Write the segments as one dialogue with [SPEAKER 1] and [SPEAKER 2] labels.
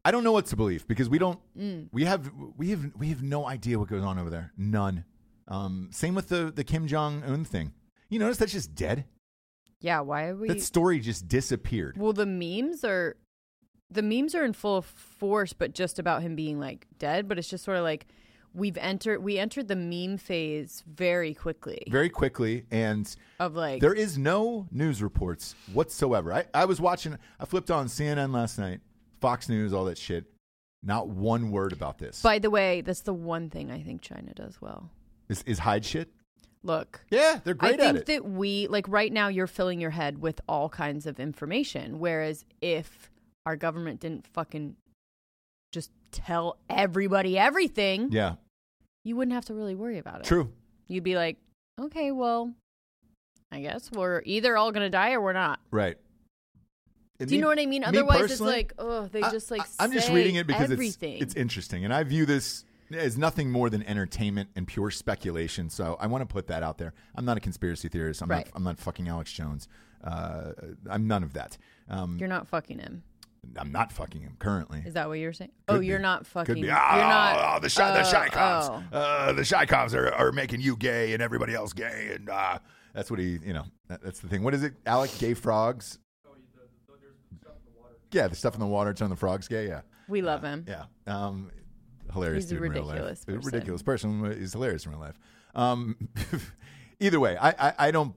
[SPEAKER 1] I don't know what to believe because we don't
[SPEAKER 2] Mm.
[SPEAKER 1] we have we have we have no idea what goes on over there. None. Um, same with the the Kim Jong Un thing. You notice that's just dead.
[SPEAKER 2] Yeah, why are we
[SPEAKER 1] that story just disappeared.
[SPEAKER 2] Well, the memes are the memes are in full force, but just about him being like dead. But it's just sort of like we've entered we entered the meme phase very quickly
[SPEAKER 1] very quickly and
[SPEAKER 2] of like
[SPEAKER 1] there is no news reports whatsoever I, I was watching i flipped on cnn last night fox news all that shit not one word about this
[SPEAKER 2] By the way, that's the one thing I think China does well.
[SPEAKER 1] is, is hide shit
[SPEAKER 2] Look,
[SPEAKER 1] yeah they're great
[SPEAKER 2] I think
[SPEAKER 1] at it
[SPEAKER 2] that we like right now you're filling your head with all kinds of information whereas if our government didn't fucking just tell everybody everything,
[SPEAKER 1] yeah
[SPEAKER 2] you wouldn't have to really worry about it.
[SPEAKER 1] true
[SPEAKER 2] You'd be like, "Okay, well, I guess we're either all going to die or we're not."
[SPEAKER 1] right And
[SPEAKER 2] Do you
[SPEAKER 1] me-
[SPEAKER 2] know what I mean?
[SPEAKER 1] me
[SPEAKER 2] Otherwise it's
[SPEAKER 1] personally,
[SPEAKER 2] like, "Oh, they
[SPEAKER 1] I-
[SPEAKER 2] just like
[SPEAKER 1] I, am just
[SPEAKER 2] say
[SPEAKER 1] reading it because
[SPEAKER 2] everything.
[SPEAKER 1] it's it's interesting, and I view this as nothing more than entertainment and pure speculation. So I want to put that out there. I'm not a conspiracy theorist. I'm
[SPEAKER 2] Right.
[SPEAKER 1] not. I'm not fucking Alex Jones. Uh, I'm none of that. Um,
[SPEAKER 2] You're not fucking him.
[SPEAKER 1] I'm not fucking him currently.
[SPEAKER 2] Is that what you're saying?
[SPEAKER 1] Could
[SPEAKER 2] oh, you're
[SPEAKER 1] be.
[SPEAKER 2] not fucking.
[SPEAKER 1] Could be.
[SPEAKER 2] You're
[SPEAKER 1] Ah,
[SPEAKER 2] not.
[SPEAKER 1] oh, the shy, the
[SPEAKER 2] oh,
[SPEAKER 1] shy cops.
[SPEAKER 2] oh.
[SPEAKER 1] Uh, the shy cops are, are making you gay and everybody else gay, and uh, that's what he. You know, that, that's the thing. What is it? Alec, gay frogs. Yeah, the stuff in the water turn the frogs gay. Yeah.
[SPEAKER 2] We love him.
[SPEAKER 1] Yeah. Um, hilarious
[SPEAKER 2] He's a
[SPEAKER 1] dude in real life.
[SPEAKER 2] ridiculous person.
[SPEAKER 1] Ridiculous person. He's hilarious in real life. Um, either way, I, I, I don't,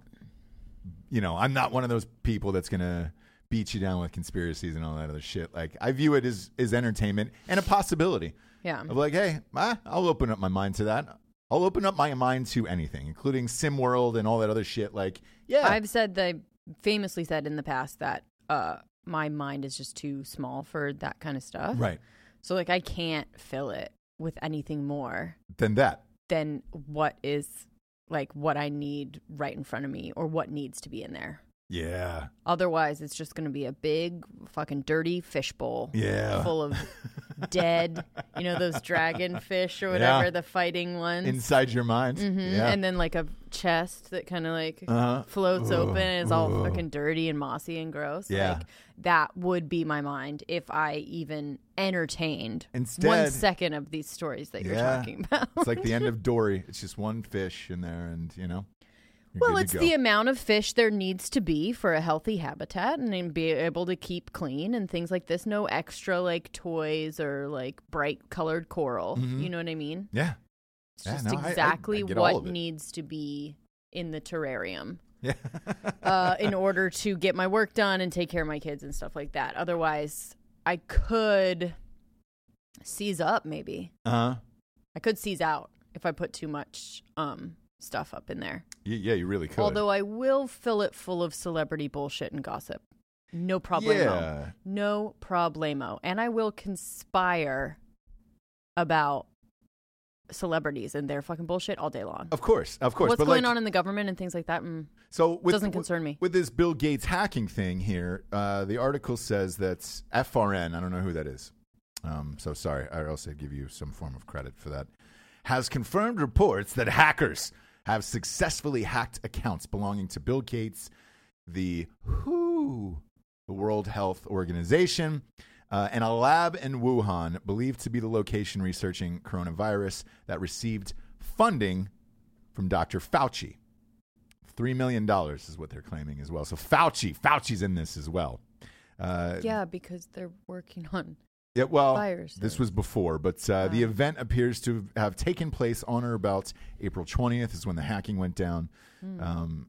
[SPEAKER 1] you know, I'm not one of those people that's going to beat you down with conspiracies and all that other shit. Like, I view it as, as entertainment and a possibility
[SPEAKER 2] Yeah.
[SPEAKER 1] of like, hey, ah, I'll open up my mind to that. I'll open up my mind to anything, including Sim World and all that other shit. Like, yeah,
[SPEAKER 2] I've said the famously said in the past that uh my mind is just too small for that kind of stuff.
[SPEAKER 1] right.
[SPEAKER 2] So like I can't fill it with anything more
[SPEAKER 1] Then that.
[SPEAKER 2] than what is like what I need right in front of me or what needs to be in there.
[SPEAKER 1] Yeah.
[SPEAKER 2] Otherwise, it's just going to be a big fucking dirty fishbowl
[SPEAKER 1] Yeah.
[SPEAKER 2] full of dead, you know, those dragon fish or whatever,
[SPEAKER 1] Yeah.
[SPEAKER 2] the fighting ones.
[SPEAKER 1] Inside your mind. Yeah.
[SPEAKER 2] Mm-hmm. And then like a chest that kind of like
[SPEAKER 1] Uh-huh.
[SPEAKER 2] floats
[SPEAKER 1] Ooh,
[SPEAKER 2] open and is all
[SPEAKER 1] ooh.
[SPEAKER 2] fucking dirty and mossy and gross.
[SPEAKER 1] Yeah.
[SPEAKER 2] Like that would be my mind if I even entertained one
[SPEAKER 1] Instead-
[SPEAKER 2] second of these stories that you're
[SPEAKER 1] Yeah.
[SPEAKER 2] talking about.
[SPEAKER 1] It's like the end of Dory. It's just one fish in there, and you know. you're
[SPEAKER 2] well,
[SPEAKER 1] good to
[SPEAKER 2] it's
[SPEAKER 1] go.
[SPEAKER 2] the amount of fish there needs to be for a healthy habitat and then be able to keep clean and things like this. No extra like toys or like bright colored coral.
[SPEAKER 1] Mm-hmm.
[SPEAKER 2] You know what I mean?
[SPEAKER 1] yeah,
[SPEAKER 2] It's
[SPEAKER 1] Yeah,
[SPEAKER 2] just
[SPEAKER 1] no, I- I- I
[SPEAKER 2] exactly
[SPEAKER 1] get all
[SPEAKER 2] what
[SPEAKER 1] of it.
[SPEAKER 2] needs to be in the terrarium.
[SPEAKER 1] yeah,
[SPEAKER 2] uh, in order to get my work done and take care of my kids and stuff like that. Otherwise, I could seize up. Maybe
[SPEAKER 1] uh,
[SPEAKER 2] I could seize out if I put too much um, stuff up in there.
[SPEAKER 1] yeah, yeah. You really could.
[SPEAKER 2] Although I will fill it full of celebrity bullshit and gossip. No problemo.
[SPEAKER 1] Yeah.
[SPEAKER 2] No problemo. And I will conspire about celebrities and their fucking bullshit all day long.
[SPEAKER 1] of course, of course.
[SPEAKER 2] What's
[SPEAKER 1] but
[SPEAKER 2] going
[SPEAKER 1] like,
[SPEAKER 2] on in the government and things like that? Mm.
[SPEAKER 1] So with,
[SPEAKER 2] Doesn't concern me.
[SPEAKER 1] With this Bill Gates hacking thing here, uh, the article says that FRN, I don't know who that is. Um, so sorry, I also give you some form of credit for that. Has confirmed reports that hackers have successfully hacked accounts belonging to Bill Gates, the WHO, the World Health Organization, uh, and a lab in Wuhan believed to be the location researching coronavirus that received funding from Dr. Fauci. Three million dollars is what they're claiming as well. So Fauci, Fauci's in this as well. Uh,
[SPEAKER 2] Yeah, because they're working on
[SPEAKER 1] yeah, well,
[SPEAKER 2] Fires.
[SPEAKER 1] this was before, but uh, the event appears to have taken place on or about April 20th, is when the hacking went down. Um,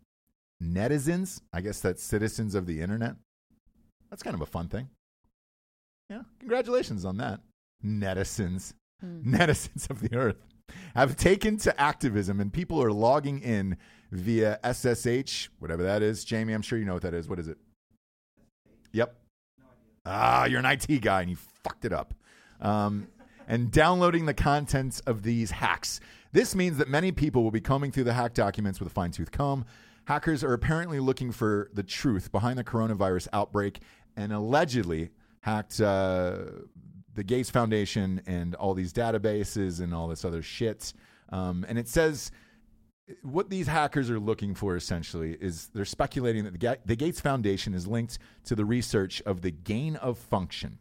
[SPEAKER 1] netizens, I guess that's citizens of the internet. That's kind of a fun thing. Yeah, congratulations on that. Netizens, netizens of the earth have taken to activism, and people are logging in via SSH, whatever that is. Jamie, I'm sure you know what that is. What is it? Yep, Ah, you're an IT guy and you fucked it up. Um, and downloading the contents of these hacks. This means that many people will be combing through the hack documents with a fine tooth comb. Hackers are apparently looking for the truth behind the coronavirus outbreak and allegedly hacked uh, the Gates Foundation and all these databases and all this other shit. Um, and it says what these hackers are looking for essentially is they're speculating that the, Ga- the Gates Foundation is linked to the research of the gain of function.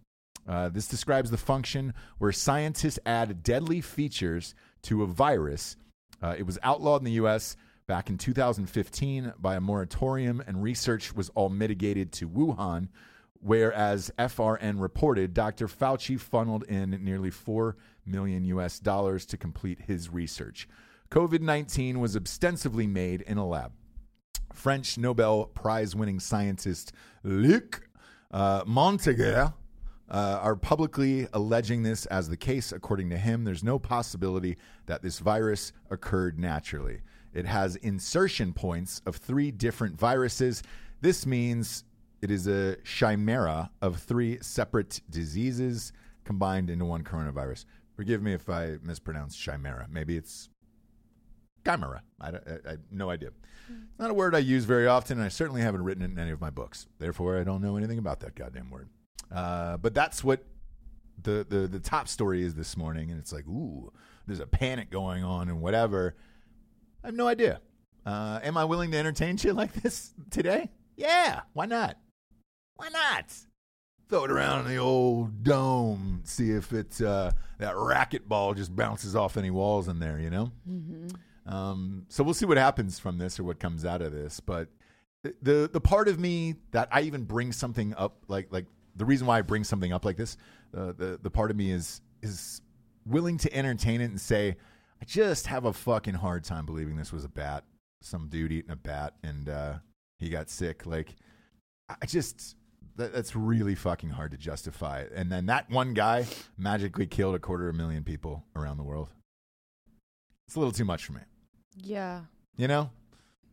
[SPEAKER 1] Uh, this describes the function where scientists add deadly features to a virus. Uh, it was outlawed in the U.S. back in 2015 by a moratorium, and research was all mitigated to Wuhan. Whereas FRN reported, Dr. Fauci funneled in nearly 4 million US dollars to complete his research. COVID 19 was ostensibly made in a lab. French Nobel Prize winning scientist Luc uh, Montagnier uh, are publicly alleging this as the case. According to him, there's no possibility that this virus occurred naturally. It has insertion points of three different viruses. This means it is a chimera of three separate diseases combined into one coronavirus. Forgive me if I mispronounce chimera. Maybe it's chimera. I, don't- I, I no idea. Not a word I use very often, and I certainly haven't written it in any of my books. Therefore, I don't know anything about that goddamn word. Uh, but that's what the, the the top story is this morning, and it's like, ooh, there's a panic going on and whatever. I have no idea. Uh, am I willing to entertain shit like this today? Yeah, why not? Why not? Throw it around in the old dome, see if it's uh, that racket ball just bounces off any walls in there, you know. Um, so we'll see what happens from this or what comes out of this. But th- the the part of me that I even bring something up, like like the reason why I bring something up like this, uh, the the part of me is is willing to entertain it and say, I just have a fucking hard time believing this was a bat, some dude eating a bat, and uh, he got sick. Like I I just. That, that's really fucking hard to justify. And then that one guy magically killed a quarter of a million people around the world. It's a little too much for me.
[SPEAKER 2] Yeah.
[SPEAKER 1] You know?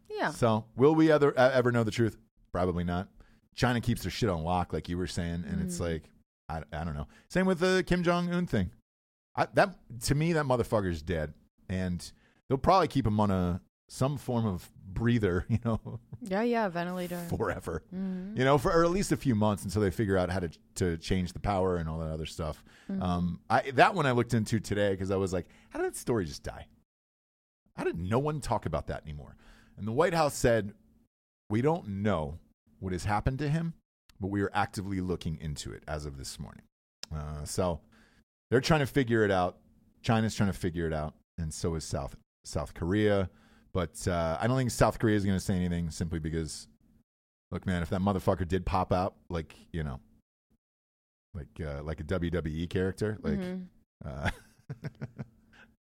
[SPEAKER 2] Yeah.
[SPEAKER 1] So, will we ever, uh, ever know the truth? Probably not. China keeps their shit on lock, like you were saying. And
[SPEAKER 2] Mm.
[SPEAKER 1] it's like, I, I don't know. Same with the Kim Jong un thing. I, that To me, that motherfucker's dead. And they'll probably keep him on a some form of breather, you know,
[SPEAKER 2] Yeah. Yeah. Ventilator. Mm-hmm.
[SPEAKER 1] forever, you know, for or at least a few months until they figure out how to to change the power and all that other stuff. Um, I that one I looked into today because I was like, how did that story just die? How did no one talk about that anymore? And the White House said, we don't know what has happened to him, but we are actively looking into it as of this morning. Uh, so they're trying to figure it out. China's trying to figure it out, and so is South South Korea. But uh, I don't think South Korea is going to say anything simply because, look, man, if that motherfucker did pop out, like you know, like uh, like a WWE character, like,
[SPEAKER 2] Mhm.
[SPEAKER 1] uh,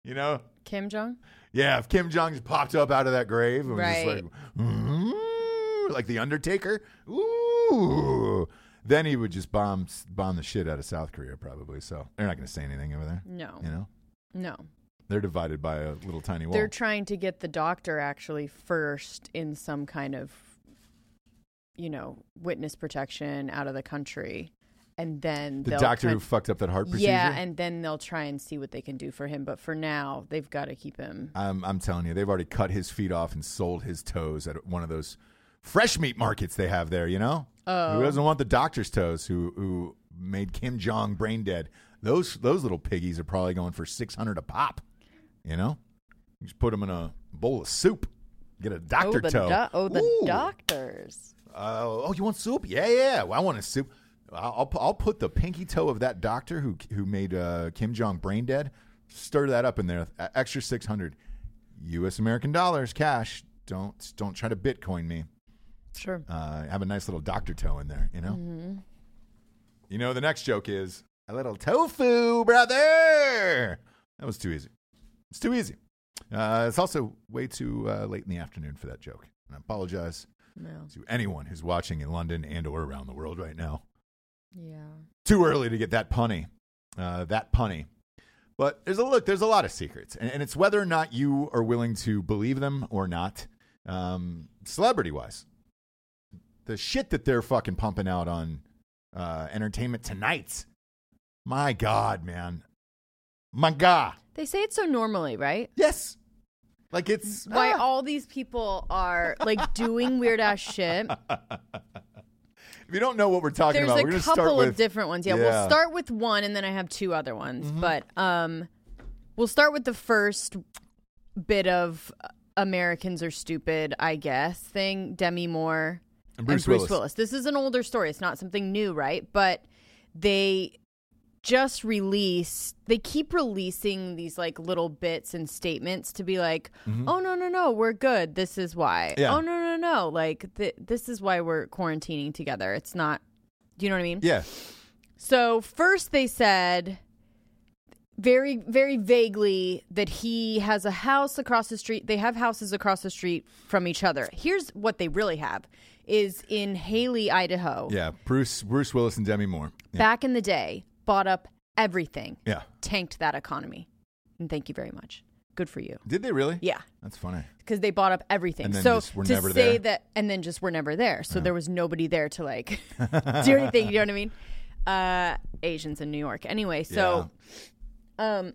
[SPEAKER 1] you know,
[SPEAKER 2] Kim Jong.
[SPEAKER 1] yeah, if Kim Jong just popped up out of that grave and was
[SPEAKER 2] Right.
[SPEAKER 1] just like, "Ooh," like the Undertaker, ooh, then he would just bomb bomb the shit out of South Korea probably. So they're not going to say anything over there.
[SPEAKER 2] No.
[SPEAKER 1] You know,
[SPEAKER 2] No.
[SPEAKER 1] they're divided by a little tiny wall.
[SPEAKER 2] They're trying to get the doctor actually first in some kind of, you know, witness protection out of the country, and then
[SPEAKER 1] the
[SPEAKER 2] they'll
[SPEAKER 1] doctor
[SPEAKER 2] try-
[SPEAKER 1] who fucked up that heart procedure.
[SPEAKER 2] yeah, and then they'll try and see what they can do for him. But for now, they've got to keep him.
[SPEAKER 1] I'm, I'm telling you, they've already cut his feet off and sold his toes at one of those fresh meat markets they have there. You know, oh. who doesn't want the doctor's toes? Who who made Kim Jong brain dead? Those those little piggies are probably going for six hundred a pop. You know, you just put them in a bowl of soup, get a doctor
[SPEAKER 2] oh, the
[SPEAKER 1] toe.
[SPEAKER 2] doc- oh, the
[SPEAKER 1] Ooh.
[SPEAKER 2] doctors.
[SPEAKER 1] Uh, oh, you want soup? Yeah, yeah. Well, I want a soup. I'll, I'll pu- I'll put the pinky toe of that doctor who who made uh, Kim Jong brain dead. Stir that up in there. Uh, Extra six hundred U.S. American dollars, cash. Don't don't try to Bitcoin me.
[SPEAKER 2] Sure.
[SPEAKER 1] Uh, have a nice little doctor toe in there. You know. You know the next joke is a little tofu, brother. That was too easy. It's too easy. Uh, it's also way too uh, late in the afternoon for that joke. And I apologize
[SPEAKER 2] No.
[SPEAKER 1] to anyone who's watching in London and or around the world right now.
[SPEAKER 2] Yeah.
[SPEAKER 1] Too early to get that punny, uh, that punny. But there's a look. There's a lot of secrets, and, and it's whether or not you are willing to believe them or not. Um, celebrity wise, the shit that they're fucking pumping out on uh, Entertainment Tonight. My God, man, my God.
[SPEAKER 2] They say it so normally, right?
[SPEAKER 1] Yes, like it's
[SPEAKER 2] Why
[SPEAKER 1] ah.
[SPEAKER 2] all these people are like doing weird ass shit.
[SPEAKER 1] If you don't know what we're talking
[SPEAKER 2] There's
[SPEAKER 1] about,
[SPEAKER 2] a
[SPEAKER 1] we're going to start
[SPEAKER 2] couple
[SPEAKER 1] with
[SPEAKER 2] of different ones. Yeah,
[SPEAKER 1] Yeah. Mm-hmm.
[SPEAKER 2] we'll start with one, and then I have two other ones. But um, we'll start with the first bit of uh, Americans are stupid, I guess thing. Demi Moore
[SPEAKER 1] And Bruce
[SPEAKER 2] and Bruce
[SPEAKER 1] Willis.
[SPEAKER 2] Willis. This is an older story. It's not something new, right? But they just release they keep releasing these like little bits and statements to be like oh no no no we're good this is why
[SPEAKER 1] Mm-hmm. Yeah.
[SPEAKER 2] oh no no no like th- this is why we're quarantining together it's not do you know what i mean
[SPEAKER 1] yeah.
[SPEAKER 2] so first they said very very vaguely that he has a house across the street. They have houses across the street from each other. Here's what they really have is in Haley, Idaho.
[SPEAKER 1] Yeah. Bruce Bruce Willis and Demi Moore. Yeah.
[SPEAKER 2] Back in the day, bought up everything,
[SPEAKER 1] yeah.
[SPEAKER 2] tanked that economy. And thank you very much. Good for you.
[SPEAKER 1] Did they really?
[SPEAKER 2] Yeah
[SPEAKER 1] That's funny.
[SPEAKER 2] because they bought up everything.
[SPEAKER 1] And then
[SPEAKER 2] so
[SPEAKER 1] just were
[SPEAKER 2] to
[SPEAKER 1] never
[SPEAKER 2] say
[SPEAKER 1] there?
[SPEAKER 2] that, and then just were never there. So there was nobody there to like do anything. You know what I mean? Uh, Asians in New York, anyway. So, um,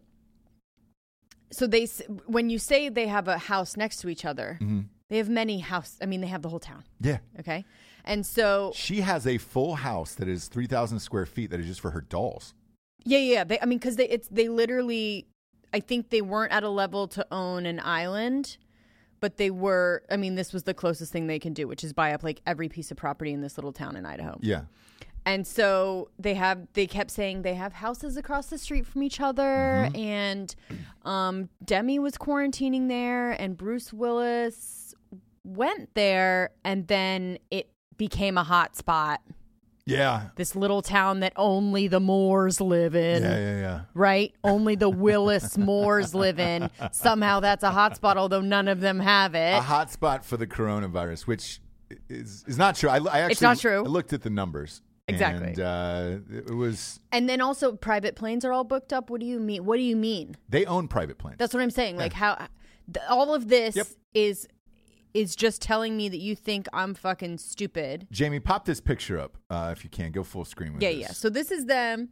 [SPEAKER 2] so they s- when you say they have a house next to each other,
[SPEAKER 1] Mm-hmm.
[SPEAKER 2] they have many house. I mean, they have the whole town.
[SPEAKER 1] Yeah.
[SPEAKER 2] Okay, and so
[SPEAKER 1] She has a full house that is 3,000 square feet that is just for her dolls.
[SPEAKER 2] Yeah, yeah. yeah. They, I mean, because they, it's they literally, I think they weren't at a level to own an island, but they were. I mean, this was the closest thing they can do, which is buy up like every piece of property in this little town in Idaho.
[SPEAKER 1] Yeah.
[SPEAKER 2] And so they have. They kept saying they have houses across the street from each other,
[SPEAKER 1] Mm-hmm.
[SPEAKER 2] and um, Demi was quarantining there, and Bruce Willis went there, and then it became a hot spot.
[SPEAKER 1] Yeah.
[SPEAKER 2] This little town that only the Moors live in
[SPEAKER 1] Yeah, yeah, yeah.
[SPEAKER 2] right? Only the Willis Moors live in. Somehow that's a hotspot, althoh none of them have
[SPEAKER 1] A
[SPEAKER 2] it.
[SPEAKER 1] hot spot for the coronavirus, which is, is not true. I, I actually
[SPEAKER 2] It's not true.
[SPEAKER 1] I looked at the numbers.
[SPEAKER 2] Exactly.
[SPEAKER 1] And uh, it was,
[SPEAKER 2] And then also private planes are all booked up. What do you mean? What do you mean?
[SPEAKER 1] they own private planes.
[SPEAKER 2] That's what I'm saying. Like how th- all of this
[SPEAKER 1] Yep.
[SPEAKER 2] is is just telling me that you think I'm fucking stupid.
[SPEAKER 1] Jamie, pop this picture up uh, if you can. Go full screen with
[SPEAKER 2] Yeah,
[SPEAKER 1] this.
[SPEAKER 2] yeah. So this is them.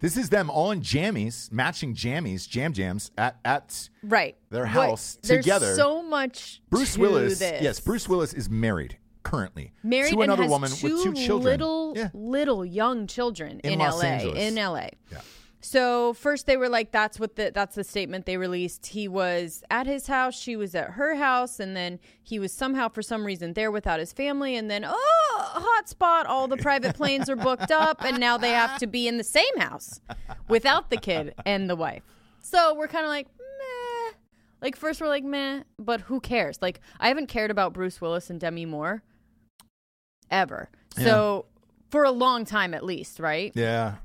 [SPEAKER 1] This is them all in jammies, matching jammies, jam jams at, at
[SPEAKER 2] Right.
[SPEAKER 1] Their
[SPEAKER 2] What-
[SPEAKER 1] house
[SPEAKER 2] there's
[SPEAKER 1] together.
[SPEAKER 2] so much
[SPEAKER 1] Bruce
[SPEAKER 2] to
[SPEAKER 1] Willis.
[SPEAKER 2] this.
[SPEAKER 1] Yes, Bruce Willis is married currently
[SPEAKER 2] married
[SPEAKER 1] to another
[SPEAKER 2] and has
[SPEAKER 1] woman
[SPEAKER 2] two
[SPEAKER 1] with two children.
[SPEAKER 2] little
[SPEAKER 1] yeah.
[SPEAKER 2] little young children
[SPEAKER 1] In
[SPEAKER 2] in,
[SPEAKER 1] Los
[SPEAKER 2] LA
[SPEAKER 1] Angeles.
[SPEAKER 2] in LA.
[SPEAKER 1] Yeah.
[SPEAKER 2] So first they were like that's what the that's the statement they released. He was at his house, she was at her house and then he was somehow for some reason there without his family and then oh hotspot all the private planes are booked up and now they have to be in the same house without the kid and the wife. So we're kind of like meh. Like first we're like meh, but who cares? Like I haven't cared about Bruce Willis and Demi Moore ever. So for a long time at least, right?
[SPEAKER 1] Yeah.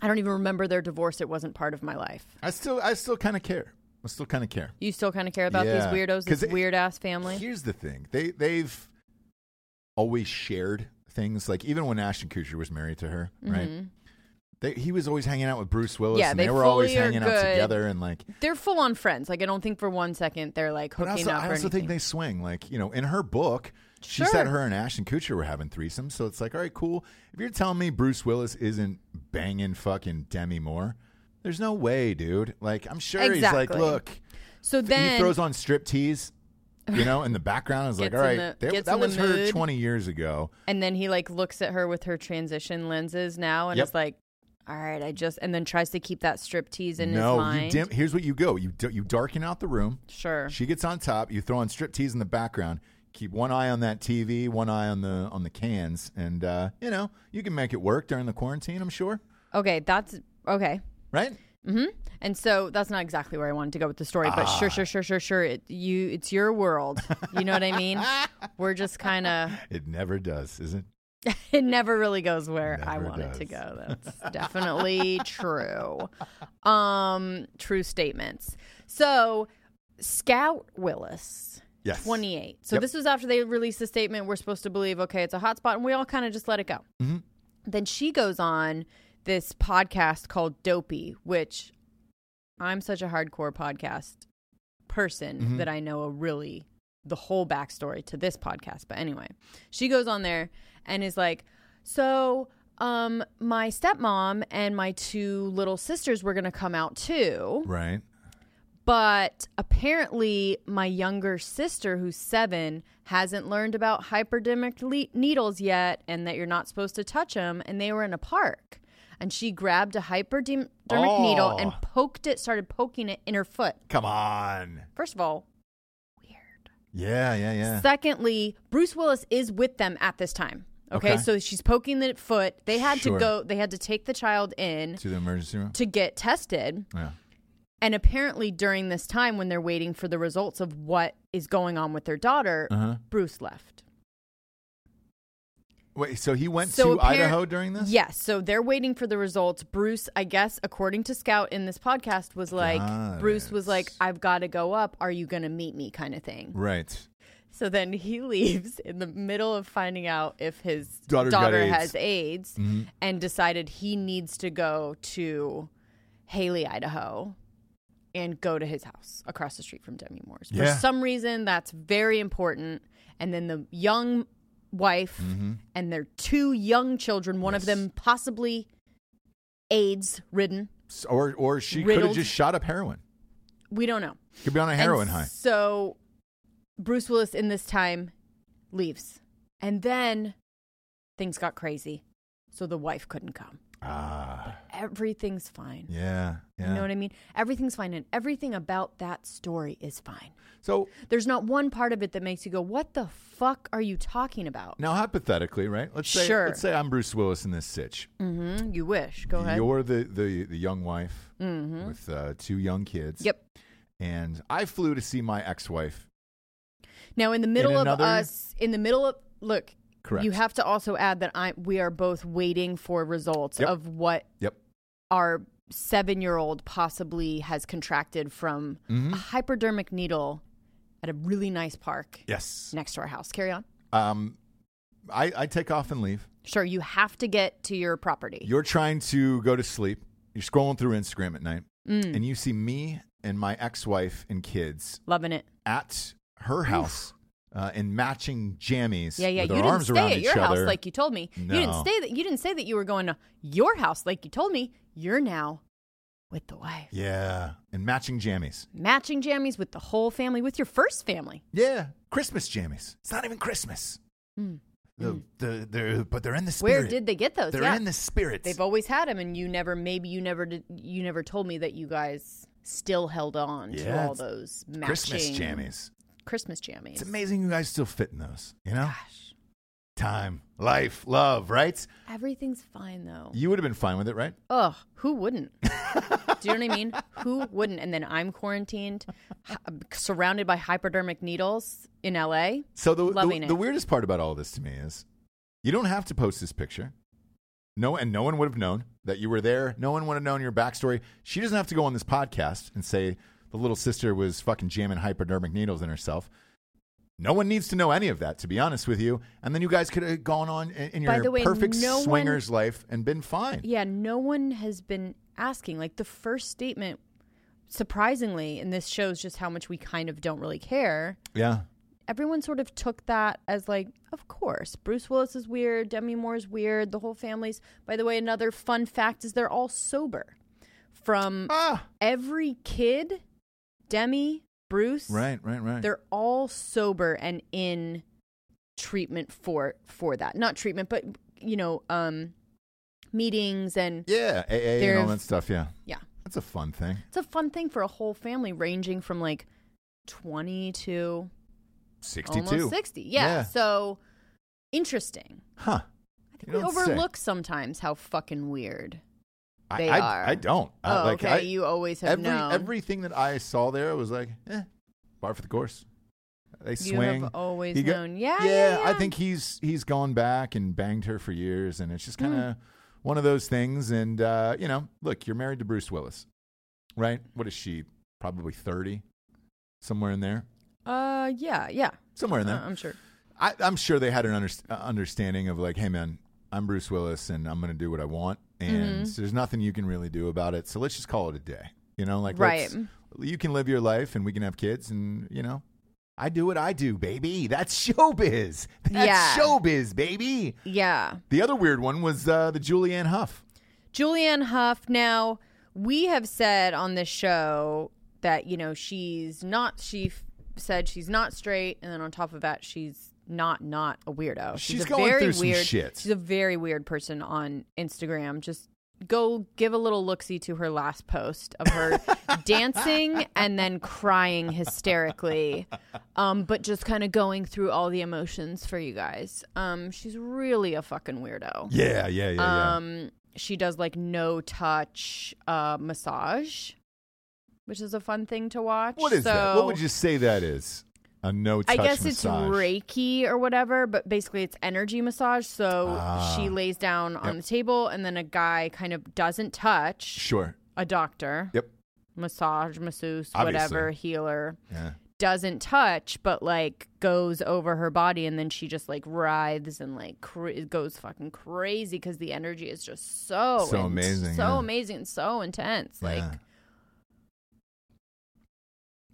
[SPEAKER 2] I don't even remember their divorce. It wasn't part of my life.
[SPEAKER 1] I still I still kind of care. I still kind of care.
[SPEAKER 2] You still kind of care about
[SPEAKER 1] Yeah.
[SPEAKER 2] these weirdos,
[SPEAKER 1] 'Cause
[SPEAKER 2] this
[SPEAKER 1] it-
[SPEAKER 2] weird ass family.
[SPEAKER 1] Here's the thing. They they've always shared things like even when Ashton Kutcher was married to her, right? They, he was always hanging out with Bruce Willis
[SPEAKER 2] Mm-hmm. Yeah,
[SPEAKER 1] and they,
[SPEAKER 2] they
[SPEAKER 1] were always
[SPEAKER 2] fully are
[SPEAKER 1] hanging out
[SPEAKER 2] good.
[SPEAKER 1] together and like
[SPEAKER 2] They're full on friends. Like I don't think for one second they're like
[SPEAKER 1] But
[SPEAKER 2] hooking
[SPEAKER 1] also,
[SPEAKER 2] up
[SPEAKER 1] I
[SPEAKER 2] or
[SPEAKER 1] also
[SPEAKER 2] anything.
[SPEAKER 1] think they swing. Like, you know, in her book, she
[SPEAKER 2] Sure.
[SPEAKER 1] said her and Ashton Kutcher were having threesomes. So it's like, all right, cool. If you're telling me Bruce Willis isn't banging fucking Demi Moore, there's no way, dude. Like, I'm sure he's like,
[SPEAKER 2] Exactly.
[SPEAKER 1] look,
[SPEAKER 2] so
[SPEAKER 1] he
[SPEAKER 2] then
[SPEAKER 1] throws on strip tees, you know, in the background. is like,
[SPEAKER 2] Gets
[SPEAKER 1] all right,
[SPEAKER 2] in the-
[SPEAKER 1] there-
[SPEAKER 2] gets
[SPEAKER 1] that
[SPEAKER 2] in the
[SPEAKER 1] was her
[SPEAKER 2] mood.
[SPEAKER 1] 20 years ago.
[SPEAKER 2] and then he like looks at her with her transition lenses now and
[SPEAKER 1] Yep.
[SPEAKER 2] is like, "All right, I just," and then tries to keep that strip tease in his
[SPEAKER 1] no, you
[SPEAKER 2] mind.
[SPEAKER 1] dim. Here's what you go. You d- you darken out the room.
[SPEAKER 2] sure.
[SPEAKER 1] She gets on top. You throw on strip tees in the background. Keep one eye on that TV, one eye on the on the cans, and uh, you know you can make it work during the quarantine. I'm sure,
[SPEAKER 2] Okay, that's okay.
[SPEAKER 1] right?
[SPEAKER 2] And so that's not exactly where I wanted to go with the story, but sure, sure, sure, sure, sure. It, you, it's your world. You know what I mean? We're just kind of.
[SPEAKER 1] It never does, is it?
[SPEAKER 2] It never really goes where I
[SPEAKER 1] Never
[SPEAKER 2] want it to
[SPEAKER 1] does.
[SPEAKER 2] go. That's definitely true. Um, true statements. So, Scout Willis.
[SPEAKER 1] Yes.
[SPEAKER 2] 28. So
[SPEAKER 1] Yep.
[SPEAKER 2] this was after they released the statement. We're supposed to believe, okay, it's a hot spot, and we all kind of just let it go.
[SPEAKER 1] Mm-hmm.
[SPEAKER 2] Then she goes on this podcast called Dopey, which I'm such a hardcore podcast person
[SPEAKER 1] Mm-hmm.
[SPEAKER 2] that I know a really the whole backstory to this podcast. But anyway, she goes on there and is like, so um my stepmom and my two little sisters were gonna come out too
[SPEAKER 1] Right.
[SPEAKER 2] But apparently, my younger sister, who's seven, hasn't learned about hypodermic le- needles yet and that you're not supposed to touch them. And they were in a park. And she grabbed a hypodermic needle
[SPEAKER 1] Oh.
[SPEAKER 2] and poked it, started poking it in her foot.
[SPEAKER 1] Come on.
[SPEAKER 2] First of all,
[SPEAKER 1] Yeah, yeah, yeah.
[SPEAKER 2] Secondly, Bruce Willis is with them at this time. Okay,
[SPEAKER 1] Okay.
[SPEAKER 2] so she's poking the foot. They had
[SPEAKER 1] Sure.
[SPEAKER 2] to go. They had to take the child in
[SPEAKER 1] to the emergency room.
[SPEAKER 2] to get tested.
[SPEAKER 1] Yeah.
[SPEAKER 2] And apparently, during this time when they're waiting for the results of what is going on with their daughter,
[SPEAKER 1] Uh-huh.
[SPEAKER 2] Bruce left.
[SPEAKER 1] Wait, so he went
[SPEAKER 2] So
[SPEAKER 1] to
[SPEAKER 2] appar-
[SPEAKER 1] Idaho during this?
[SPEAKER 2] Yes. So they're waiting for the results. Bruce, I guess, according to Scout in this podcast, was like,
[SPEAKER 1] Got
[SPEAKER 2] Bruce was
[SPEAKER 1] it.
[SPEAKER 2] like, I've got to go up. Are you going to meet me? kind of thing.
[SPEAKER 1] Right.
[SPEAKER 2] So then he leaves in the middle of finding out if his
[SPEAKER 1] Daughter's got
[SPEAKER 2] daughter
[SPEAKER 1] AIDS. Mm-hmm.
[SPEAKER 2] has AIDS and decided he needs to go to Haley, Idaho and go to his house across the street from Demi Moore's.
[SPEAKER 1] Yeah.
[SPEAKER 2] For some reason, that's very important. And then the young wife and their two young children, one of
[SPEAKER 1] Mm-hmm. Yes.
[SPEAKER 2] them possibly AIDS ridden.
[SPEAKER 1] S- Or or she could have
[SPEAKER 2] Riddled.
[SPEAKER 1] just shot up heroin.
[SPEAKER 2] We don't know.
[SPEAKER 1] Could be on a
[SPEAKER 2] And
[SPEAKER 1] heroin high.
[SPEAKER 2] So Bruce Willis in this time leaves. And then things got crazy. So the wife couldn't come.
[SPEAKER 1] Ah.
[SPEAKER 2] Everything's fine.
[SPEAKER 1] Yeah. Yeah.
[SPEAKER 2] You know what I mean? Everything's fine. And everything about that story is fine.
[SPEAKER 1] so
[SPEAKER 2] There's not one part of it that makes you go, what the fuck are you talking about?
[SPEAKER 1] now hypothetically, right? Let's say
[SPEAKER 2] Sure.
[SPEAKER 1] let's say I'm Bruce Willis in this sitch.
[SPEAKER 2] hmm You wish. Go ahead. Mm-hmm.
[SPEAKER 1] You're the the, the young wife with uh, two young kids.
[SPEAKER 2] Yep.
[SPEAKER 1] And I flew to see my ex-wife.
[SPEAKER 2] Now in the middle of
[SPEAKER 1] another-
[SPEAKER 2] us, in the middle of, look,
[SPEAKER 1] Correct.
[SPEAKER 2] you have to also add that I, we are both waiting for results
[SPEAKER 1] Yep.
[SPEAKER 2] of what
[SPEAKER 1] Yep.
[SPEAKER 2] our seven year old possibly has contracted from
[SPEAKER 1] Mm-hmm.
[SPEAKER 2] a hypodermic needle at a really nice park
[SPEAKER 1] Yes.
[SPEAKER 2] next to our house. Carry on.
[SPEAKER 1] Um I I take off and leave.
[SPEAKER 2] Sure, you have to get to your property.
[SPEAKER 1] You're trying to go to sleep. You're scrolling through Instagram at night,
[SPEAKER 2] Mm.
[SPEAKER 1] and you see me and my ex-wife and kids
[SPEAKER 2] Loving it.
[SPEAKER 1] at her house uh, in matching jammies.
[SPEAKER 2] Yeah, yeah.
[SPEAKER 1] With
[SPEAKER 2] You
[SPEAKER 1] our
[SPEAKER 2] didn't
[SPEAKER 1] arms
[SPEAKER 2] stay
[SPEAKER 1] around
[SPEAKER 2] at
[SPEAKER 1] each
[SPEAKER 2] your house
[SPEAKER 1] other.
[SPEAKER 2] like you told me. You
[SPEAKER 1] No.
[SPEAKER 2] didn't stay that you didn't say that you were going to your house like you told me. You're now with the wife.
[SPEAKER 1] yeah, and matching jammies.
[SPEAKER 2] Matching jammies with the whole family, with your first family.
[SPEAKER 1] Yeah, Christmas jammies. It's not even Christmas.
[SPEAKER 2] Mm.
[SPEAKER 1] The, the, they're, but they're in the spirit.
[SPEAKER 2] Where did they get those?
[SPEAKER 1] They're
[SPEAKER 2] yeah.
[SPEAKER 1] in the spirit.
[SPEAKER 2] They've always had them, and you never, maybe you never did, you never told me that you guys still held on to
[SPEAKER 1] Yeah,
[SPEAKER 2] all
[SPEAKER 1] it's
[SPEAKER 2] those matching
[SPEAKER 1] Christmas jammies.
[SPEAKER 2] Christmas jammies.
[SPEAKER 1] It's oh. amazing you guys still fit in those. You know, time, life, love, right?
[SPEAKER 2] Everything's fine though.
[SPEAKER 1] You would have been fine with it, right?
[SPEAKER 2] Ugh, who wouldn't? Do you know what I mean? Who wouldn't? And then I'm quarantined, h- uh, surrounded by hypodermic needles in LA.
[SPEAKER 1] So the,
[SPEAKER 2] Loving
[SPEAKER 1] the,
[SPEAKER 2] it.
[SPEAKER 1] the weirdest part about all this to me is you don't have to post this picture. No, and no one would have known that you were there. No one would have known your backstory. She doesn't have to go on this podcast and say the little sister was fucking jamming hypodermic needles in herself. No one needs to know any of that, to be honest with you. And then you guys could have gone on in, in
[SPEAKER 2] By
[SPEAKER 1] your
[SPEAKER 2] the way,
[SPEAKER 1] perfect
[SPEAKER 2] no one-
[SPEAKER 1] swingers life and been fine.
[SPEAKER 2] Yeah, no one has been asking. Like the first statement, surprisingly, and this shows just how much we kind of don't really care.
[SPEAKER 1] Yeah.
[SPEAKER 2] everyone sort of took that as like, of course, Bruce Willis is weird, Demi Moore's weird, the whole family's. By the way, another fun fact is they're all sober. From
[SPEAKER 1] Ah.
[SPEAKER 2] every kid, Demi, Bruce,
[SPEAKER 1] Right, right, right.
[SPEAKER 2] they're all sober and in treatment for for that. Not treatment, but you know, um meetings and
[SPEAKER 1] yeah, AA and
[SPEAKER 2] they're-
[SPEAKER 1] all that stuff. Yeah.
[SPEAKER 2] yeah.
[SPEAKER 1] That's a fun thing.
[SPEAKER 2] It's a fun thing for a whole family ranging from like 20 to
[SPEAKER 1] 62.
[SPEAKER 2] almost 60 yeah,
[SPEAKER 1] Yeah.
[SPEAKER 2] so interesting
[SPEAKER 1] Huh.
[SPEAKER 2] i think
[SPEAKER 1] You
[SPEAKER 2] we
[SPEAKER 1] don't say.
[SPEAKER 2] overlook sometimes how fucking weird
[SPEAKER 1] I-
[SPEAKER 2] they
[SPEAKER 1] I,
[SPEAKER 2] are.
[SPEAKER 1] I don't. I-
[SPEAKER 2] oh
[SPEAKER 1] Uh, like,
[SPEAKER 2] okay
[SPEAKER 1] I-
[SPEAKER 2] you always have
[SPEAKER 1] every
[SPEAKER 2] known
[SPEAKER 1] everything that I saw there was like, eh, bar for the course. They
[SPEAKER 2] you
[SPEAKER 1] swing.
[SPEAKER 2] have always
[SPEAKER 1] He go-
[SPEAKER 2] known yeah,
[SPEAKER 1] yeah,
[SPEAKER 2] yeah
[SPEAKER 1] I think he's he's gone back and banged her for years, and it's just
[SPEAKER 2] Hmm.
[SPEAKER 1] kind of one of those things. And uh, you know, look, you're married to Bruce Willis, right? What is she? Probably thirty, somewhere in there.
[SPEAKER 2] uh yeah yeah
[SPEAKER 1] Somewhere in
[SPEAKER 2] Uh,
[SPEAKER 1] there.
[SPEAKER 2] i'm sure
[SPEAKER 1] I, I'm sure they had an underst uh, understanding of like, hey man, I'm Bruce Willis and I'm going to do what I want, and
[SPEAKER 2] Mm-hmm.
[SPEAKER 1] there's nothing you can really do about it. So let's just call it a day. You know, like
[SPEAKER 2] Right.
[SPEAKER 1] let's- You can live your life, and we can have kids, and you know, I do what I do, baby. That's showbiz. That's
[SPEAKER 2] Yeah.
[SPEAKER 1] showbiz, baby.
[SPEAKER 2] yeah
[SPEAKER 1] The other weird one was uh, the Julianne Huff.
[SPEAKER 2] julianne huff now we have said on this show that you know she's not. She f- said she's not straight, and then on top of that, she's not not a weirdo.
[SPEAKER 1] She's
[SPEAKER 2] a
[SPEAKER 1] going
[SPEAKER 2] very
[SPEAKER 1] through some
[SPEAKER 2] weird.
[SPEAKER 1] shit.
[SPEAKER 2] She's a very weird person on Instagram. Just go give a little look see to her last post of her dancing and then crying hysterically um but just kind of going through all the emotions for you guys um she's really a fucking weirdo
[SPEAKER 1] Yeah, yeah, yeah, yeah.
[SPEAKER 2] um, she does like no touch uh, massage, which is a fun thing to watch.
[SPEAKER 1] what is
[SPEAKER 2] so,
[SPEAKER 1] that? What would you say that is? A no touch
[SPEAKER 2] I guess
[SPEAKER 1] massage.
[SPEAKER 2] it's Reiki or whatever, but basically it's energy massage. So
[SPEAKER 1] Ah.
[SPEAKER 2] she lays down on the table, and then a guy kind of doesn't touch
[SPEAKER 1] Sure.
[SPEAKER 2] a doctor,
[SPEAKER 1] Yep.
[SPEAKER 2] massage, masseuse,
[SPEAKER 1] Obviously.
[SPEAKER 2] whatever, healer,
[SPEAKER 1] Yeah.
[SPEAKER 2] doesn't touch, but like goes over her body, and then she just like writhes and like cra- goes fucking crazy because the energy is just so
[SPEAKER 1] So
[SPEAKER 2] in-
[SPEAKER 1] amazing,
[SPEAKER 2] so
[SPEAKER 1] yeah.
[SPEAKER 2] amazing, and so intense. Like
[SPEAKER 1] yeah.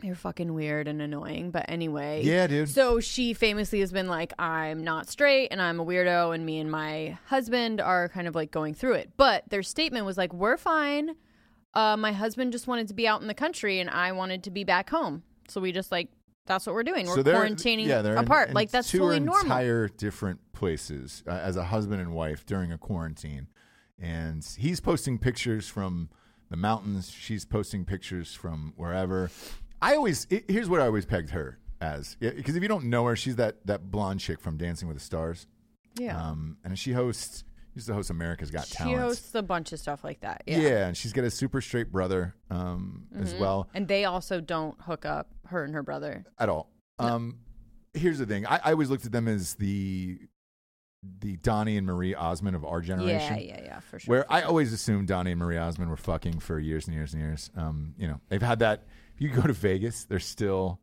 [SPEAKER 2] you're fucking weird and annoying, but anyway,
[SPEAKER 1] Yeah, dude.
[SPEAKER 2] So she famously has been like, I'm not straight and I'm a weirdo, and me and my husband are kind of like going through it. But their statement was like, We're fine. Uh, my husband just wanted to be out in the country and I wanted to be back home. So we just like, that's what we're doing. We're
[SPEAKER 1] So they're-
[SPEAKER 2] quarantining
[SPEAKER 1] yeah, they're in-
[SPEAKER 2] apart.
[SPEAKER 1] in
[SPEAKER 2] like, that's
[SPEAKER 1] two
[SPEAKER 2] totally normal.
[SPEAKER 1] entire different places uh, as a husband and wife during a quarantine, and he's posting pictures from the mountains. She's posting pictures from wherever. I always i- here's what I always pegged her as because if you don't know her, she's that that blonde chick from Dancing with the Stars,
[SPEAKER 2] yeah.
[SPEAKER 1] um, and she hosts. Used to host America's Got
[SPEAKER 2] she
[SPEAKER 1] Talent.
[SPEAKER 2] hosts a bunch of stuff like that.
[SPEAKER 1] yeah.
[SPEAKER 2] Yeah. Mm-hmm.
[SPEAKER 1] and she's got a super straight brother um, as well.
[SPEAKER 2] And they also don't hook up, her and her brother.
[SPEAKER 1] at all. Um, here's the thing: I, I always looked at them as the the Donnie and Marie Osmond of our generation.
[SPEAKER 2] Yeah, yeah, yeah, for sure.
[SPEAKER 1] Where I always assumed Donnie and Marie Osmond were fucking for years and years and years. Um, you know, they've had that. If you go to Vegas, they're still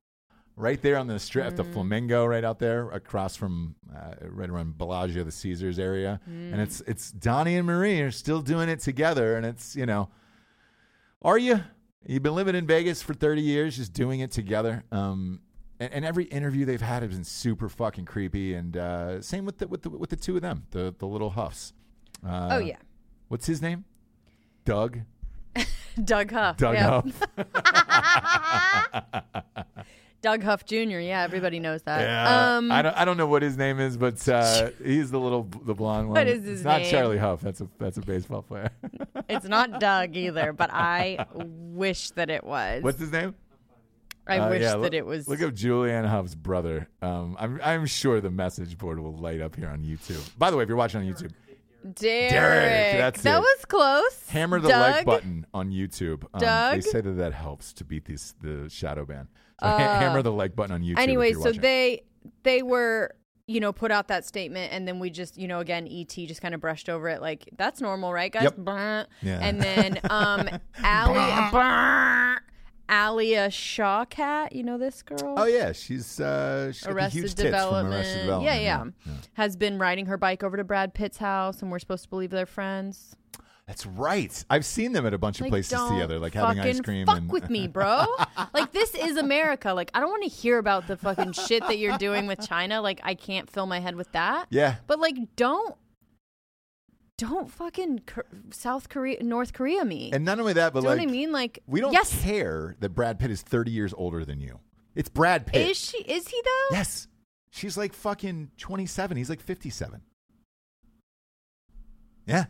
[SPEAKER 1] right there on the strip, at the
[SPEAKER 2] Mm-hmm.
[SPEAKER 1] Flamingo, right out there, across from uh, right around Bellagio, the Caesars area, and it's
[SPEAKER 2] Mm.
[SPEAKER 1] it's Donnie and Marie are still doing it together, and it's you know, are you? You've been living in Vegas for 30 years, just doing it together. Um, and, and every interview they've had has been super fucking creepy. And uh, same with the, with the with the two of them, the the little huffs. Uh,
[SPEAKER 2] oh, yeah.
[SPEAKER 1] What's his name? Doug.
[SPEAKER 2] Doug Huff.
[SPEAKER 1] Doug
[SPEAKER 2] yeah. Uh,
[SPEAKER 1] Huff.
[SPEAKER 2] Doug Huff Jr. Yeah, everybody knows that.
[SPEAKER 1] Yeah.
[SPEAKER 2] Um,
[SPEAKER 1] I don't. I don't know what his name is, but uh, he's the little the blonde one.
[SPEAKER 2] What is his
[SPEAKER 1] it's not
[SPEAKER 2] name?
[SPEAKER 1] Charlie Huff. That's a that's a baseball player.
[SPEAKER 2] It's not Doug either, but I wish that it was.
[SPEAKER 1] What's his name?
[SPEAKER 2] I
[SPEAKER 1] Uh,
[SPEAKER 2] wish
[SPEAKER 1] yeah,
[SPEAKER 2] that
[SPEAKER 1] look-
[SPEAKER 2] it was.
[SPEAKER 1] Look up Julianne Huff's brother. Um, I'm I'm sure the message board will light up here on YouTube. By the way, if you're watching on YouTube,
[SPEAKER 2] Derek.
[SPEAKER 1] Derek, that's
[SPEAKER 2] that
[SPEAKER 1] it.
[SPEAKER 2] was close.
[SPEAKER 1] hammer the
[SPEAKER 2] Doug,
[SPEAKER 1] like button on YouTube. Um, They
[SPEAKER 2] Doug?
[SPEAKER 1] say that that helps to beat these the shadow ban. So ha- hammer the like button on YouTube. if
[SPEAKER 2] Uh, Anyway,
[SPEAKER 1] you're
[SPEAKER 2] so
[SPEAKER 1] watching.
[SPEAKER 2] they they were you know put out that statement, and then we just you know again ET just kind of brushed over it like that's normal, right, guys?
[SPEAKER 1] Yep.
[SPEAKER 2] Blah.
[SPEAKER 1] Yeah.
[SPEAKER 2] And then um, Ali. blah. Alia Shawcat, you know this girl?
[SPEAKER 1] Oh yeah, she's uh, she's got the huge
[SPEAKER 2] Arrested
[SPEAKER 1] tits from Arrested
[SPEAKER 2] Development.
[SPEAKER 1] Development.
[SPEAKER 2] Yeah, yeah, Has been riding her bike over to Brad Pitt's house, and we're supposed to believe they're friends.
[SPEAKER 1] That's right. I've seen them at a bunch of
[SPEAKER 2] Like,
[SPEAKER 1] places
[SPEAKER 2] don't
[SPEAKER 1] together, like having ice
[SPEAKER 2] fucking
[SPEAKER 1] cream.
[SPEAKER 2] Fuck
[SPEAKER 1] and,
[SPEAKER 2] with me, bro. like this is America. Like I don't want to hear about the fucking shit that you're doing with China. Like I can't fill my head with that.
[SPEAKER 1] Yeah,
[SPEAKER 2] But like, don't, don't fucking Cor- South Korea, North Korea me.
[SPEAKER 1] and not only that, but
[SPEAKER 2] Do you
[SPEAKER 1] like
[SPEAKER 2] know what I mean? Like
[SPEAKER 1] we don't
[SPEAKER 2] Yes,
[SPEAKER 1] care that Brad Pitt is thirty years older than you. It's Brad Pitt.
[SPEAKER 2] is she? Is he though?
[SPEAKER 1] Yes, she's like fucking twenty-seven. He's like fifty-seven. Yeah.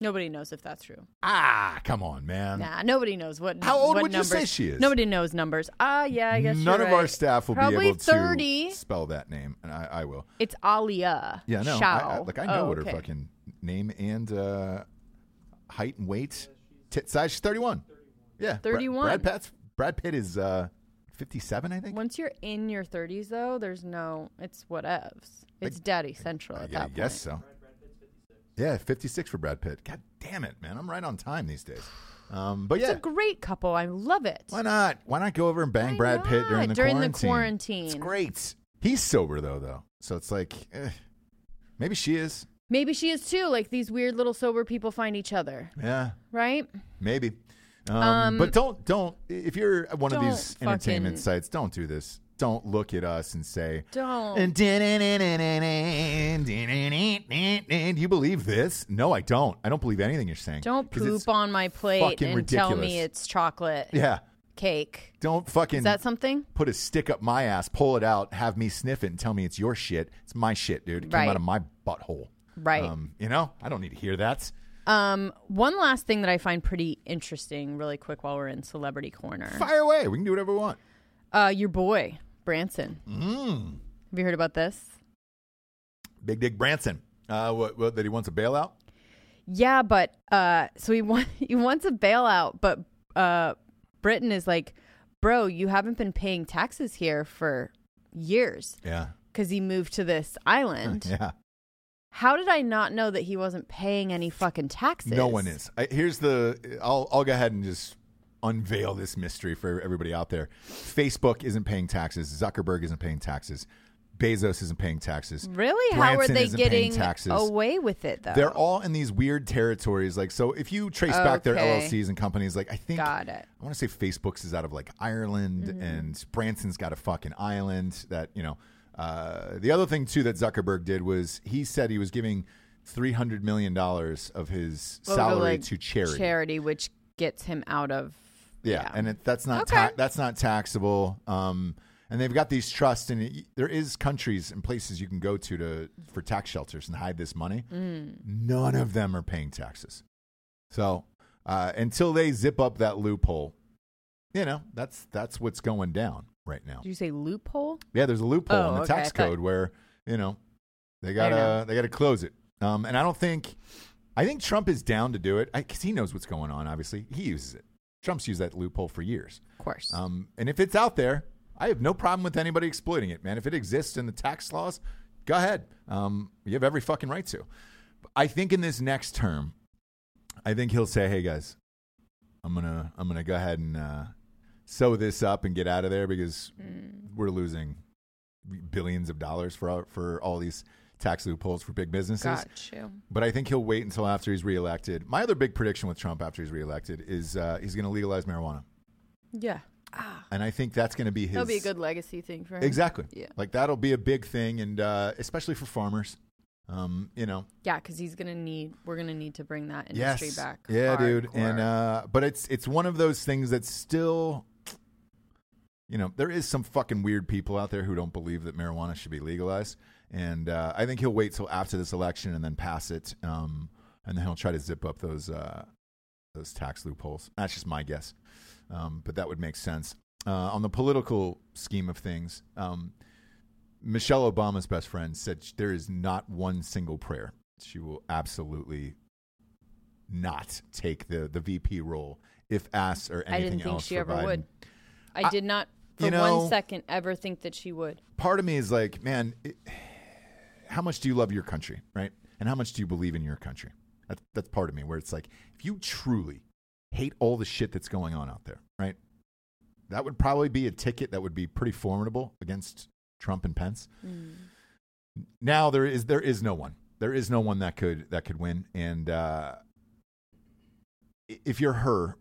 [SPEAKER 2] Nobody knows if that's true.
[SPEAKER 1] Ah, come on, man.
[SPEAKER 2] Nah, nobody knows what.
[SPEAKER 1] How old
[SPEAKER 2] what
[SPEAKER 1] would you
[SPEAKER 2] numbers.
[SPEAKER 1] say she is?
[SPEAKER 2] Nobody knows numbers. Ah, yeah, I guess
[SPEAKER 1] None
[SPEAKER 2] you're
[SPEAKER 1] of our
[SPEAKER 2] right.
[SPEAKER 1] staff will
[SPEAKER 2] Probably
[SPEAKER 1] be able
[SPEAKER 2] 30.
[SPEAKER 1] to spell that name, and I, I will.
[SPEAKER 2] It's Alia.
[SPEAKER 1] Yeah, no, I,
[SPEAKER 2] Shao.
[SPEAKER 1] I, like I know
[SPEAKER 2] Oh,
[SPEAKER 1] what
[SPEAKER 2] okay.
[SPEAKER 1] her fucking name and uh, height and weight, tit size. She's thirty-one. Yeah, Bra-
[SPEAKER 2] 31.
[SPEAKER 1] Brad Pitt's Brad Pitt is uh, fifty-seven, I think.
[SPEAKER 2] Once you're in your 30s, though, there's no. It's whatevs. It's daddy central
[SPEAKER 1] I
[SPEAKER 2] at
[SPEAKER 1] gu-
[SPEAKER 2] that
[SPEAKER 1] I
[SPEAKER 2] point.
[SPEAKER 1] guess so. Yeah, fifty-six for Brad Pitt. God damn it, man! I'm right on time these days. Um, but
[SPEAKER 2] It's
[SPEAKER 1] yeah,
[SPEAKER 2] a great couple. I love it.
[SPEAKER 1] why not? Why not go over and bang
[SPEAKER 2] Why
[SPEAKER 1] Brad Pitt
[SPEAKER 2] not?
[SPEAKER 1] during the
[SPEAKER 2] During the
[SPEAKER 1] quarantine?
[SPEAKER 2] quarantine.
[SPEAKER 1] It's great. He's sober though, though, so it's like eh, maybe she is.
[SPEAKER 2] Maybe she is too. Like these weird little sober people find each other,
[SPEAKER 1] Yeah,
[SPEAKER 2] right?
[SPEAKER 1] Maybe. Um, but don't don't if you're at one of these
[SPEAKER 2] Don't
[SPEAKER 1] entertainment
[SPEAKER 2] fucking-
[SPEAKER 1] sites, don't do this. Don't look at us and say
[SPEAKER 2] Don't.
[SPEAKER 1] "And do you believe this? No, I don't. I don't believe anything you're saying.
[SPEAKER 2] Don't
[SPEAKER 1] 'Cause it's-
[SPEAKER 2] poop on my plate
[SPEAKER 1] fucking
[SPEAKER 2] and tell me
[SPEAKER 1] ridiculous.
[SPEAKER 2] it's chocolate.
[SPEAKER 1] Yeah.
[SPEAKER 2] cake.
[SPEAKER 1] Don't fucking
[SPEAKER 2] Is that something?
[SPEAKER 1] put a stick up my ass, pull it out, have me sniff it, and tell me it's your shit. It's my shit, dude. It
[SPEAKER 2] Right.
[SPEAKER 1] came out of my butthole.
[SPEAKER 2] Right.
[SPEAKER 1] Um, you know, I don't need to hear that.
[SPEAKER 2] Um, One last thing that I find pretty interesting, really quick, while we're in celebrity corner.
[SPEAKER 1] Fire away. We can do whatever we want.
[SPEAKER 2] Uh, your boy Branson. Have you heard about this?
[SPEAKER 1] Big Dick Branson. Uh, what, what, that he wants a bailout?
[SPEAKER 2] Yeah, but uh, so he want, he wants a bailout, but uh, Britain is like, bro, you haven't been paying taxes here for years
[SPEAKER 1] Yeah.
[SPEAKER 2] because he moved to this island.
[SPEAKER 1] Yeah.
[SPEAKER 2] How did I not know that he wasn't paying any fucking taxes?
[SPEAKER 1] No one is. I, here's the. I'll I'll go ahead and just unveil this mystery for everybody out there. Facebook isn't paying taxes. Zuckerberg isn't paying taxes. Bezos isn't paying taxes.
[SPEAKER 2] Really? How are
[SPEAKER 1] Branson
[SPEAKER 2] they
[SPEAKER 1] isn't paying
[SPEAKER 2] getting
[SPEAKER 1] taxes?
[SPEAKER 2] away with it though?
[SPEAKER 1] They're all in these weird territories. Like so, if you trace back their
[SPEAKER 2] Okay.
[SPEAKER 1] LLCs and companies, like I think
[SPEAKER 2] Got it. Mm-hmm.
[SPEAKER 1] I want to say Facebook's is out of like Ireland, and Branson's got a fucking island that you know. Uh, the other thing too that Zuckerberg did was he said he was giving three hundred million dollars of his
[SPEAKER 2] Over,
[SPEAKER 1] salary
[SPEAKER 2] like,
[SPEAKER 1] to charity.
[SPEAKER 2] Charity, which gets him out of
[SPEAKER 1] Yeah, and it, that's not
[SPEAKER 2] Okay.
[SPEAKER 1] ta- that's not taxable. Um, and they've got these trusts, and it, there is countries and places you can go to to for tax shelters and hide this money. None of them are paying taxes. So uh, until they zip up that loophole, you know that's that's what's going down right now.
[SPEAKER 2] Did you say loophole?
[SPEAKER 1] Yeah, there's a loophole
[SPEAKER 2] Oh,
[SPEAKER 1] in the
[SPEAKER 2] okay,
[SPEAKER 1] tax
[SPEAKER 2] I thought-
[SPEAKER 1] code where you know they
[SPEAKER 2] don't
[SPEAKER 1] gotta they gotta close it. Um, and I don't think I think Trump is down to do it because he knows what's going on. Obviously, he uses it. Trump's used that loophole for years.
[SPEAKER 2] Of course.
[SPEAKER 1] Um, and if it's out there, I have no problem with anybody exploiting it, man. If it exists in the tax laws, go ahead. Um, you have every fucking right to. But I think in this next term, I think he'll say, "Hey guys, I'm gonna I'm gonna go ahead and uh, sew this up and get out of there because
[SPEAKER 2] Mm.
[SPEAKER 1] we're losing billions of dollars for all, for all these tax loopholes for big businesses."
[SPEAKER 2] Got you.
[SPEAKER 1] But I think he'll wait until after he's reelected. My other big prediction with Trump after he's reelected is uh, he's going to legalize marijuana
[SPEAKER 2] Yeah.
[SPEAKER 1] and I think that's going to be his.
[SPEAKER 2] That'll Ah, be a good legacy thing for him.
[SPEAKER 1] Exactly.
[SPEAKER 2] Yeah.
[SPEAKER 1] Like that'll be a big thing, and uh, especially for farmers. Um, you know.
[SPEAKER 2] Yeah, because he's gonna need. We're gonna need to bring that
[SPEAKER 1] Yes.
[SPEAKER 2] industry back.
[SPEAKER 1] yeah, dude. And
[SPEAKER 2] hardcore.
[SPEAKER 1] uh, but it's it's one of those things that's still. You know, there is some fucking weird people out there who don't believe that marijuana should be legalized, and uh, I think he'll wait till after this election and then pass it, um, and then he'll try to zip up those uh, those tax loopholes. That's just my guess, um, but that would make sense uh, on the political scheme of things. Um, Michelle Obama's best friend said sh- there is not one single prayer she will absolutely not take the the VP role if asked or anything
[SPEAKER 2] I didn't think
[SPEAKER 1] else.
[SPEAKER 2] she
[SPEAKER 1] for
[SPEAKER 2] ever
[SPEAKER 1] Biden.
[SPEAKER 2] would. I,
[SPEAKER 1] I-
[SPEAKER 2] did not for
[SPEAKER 1] you know-
[SPEAKER 2] one second ever think that she would.
[SPEAKER 1] Part of me is like, man, it, how much do you love your country, right? And how much do you believe in your country? That's that's part of me where it's like, if you truly hate all the shit that's going on out there, right? That would probably be a ticket that would be pretty formidable against Trump and Pence.
[SPEAKER 2] Mm.
[SPEAKER 1] now there is there is no one there is no one that could that could win and uh i- if you're her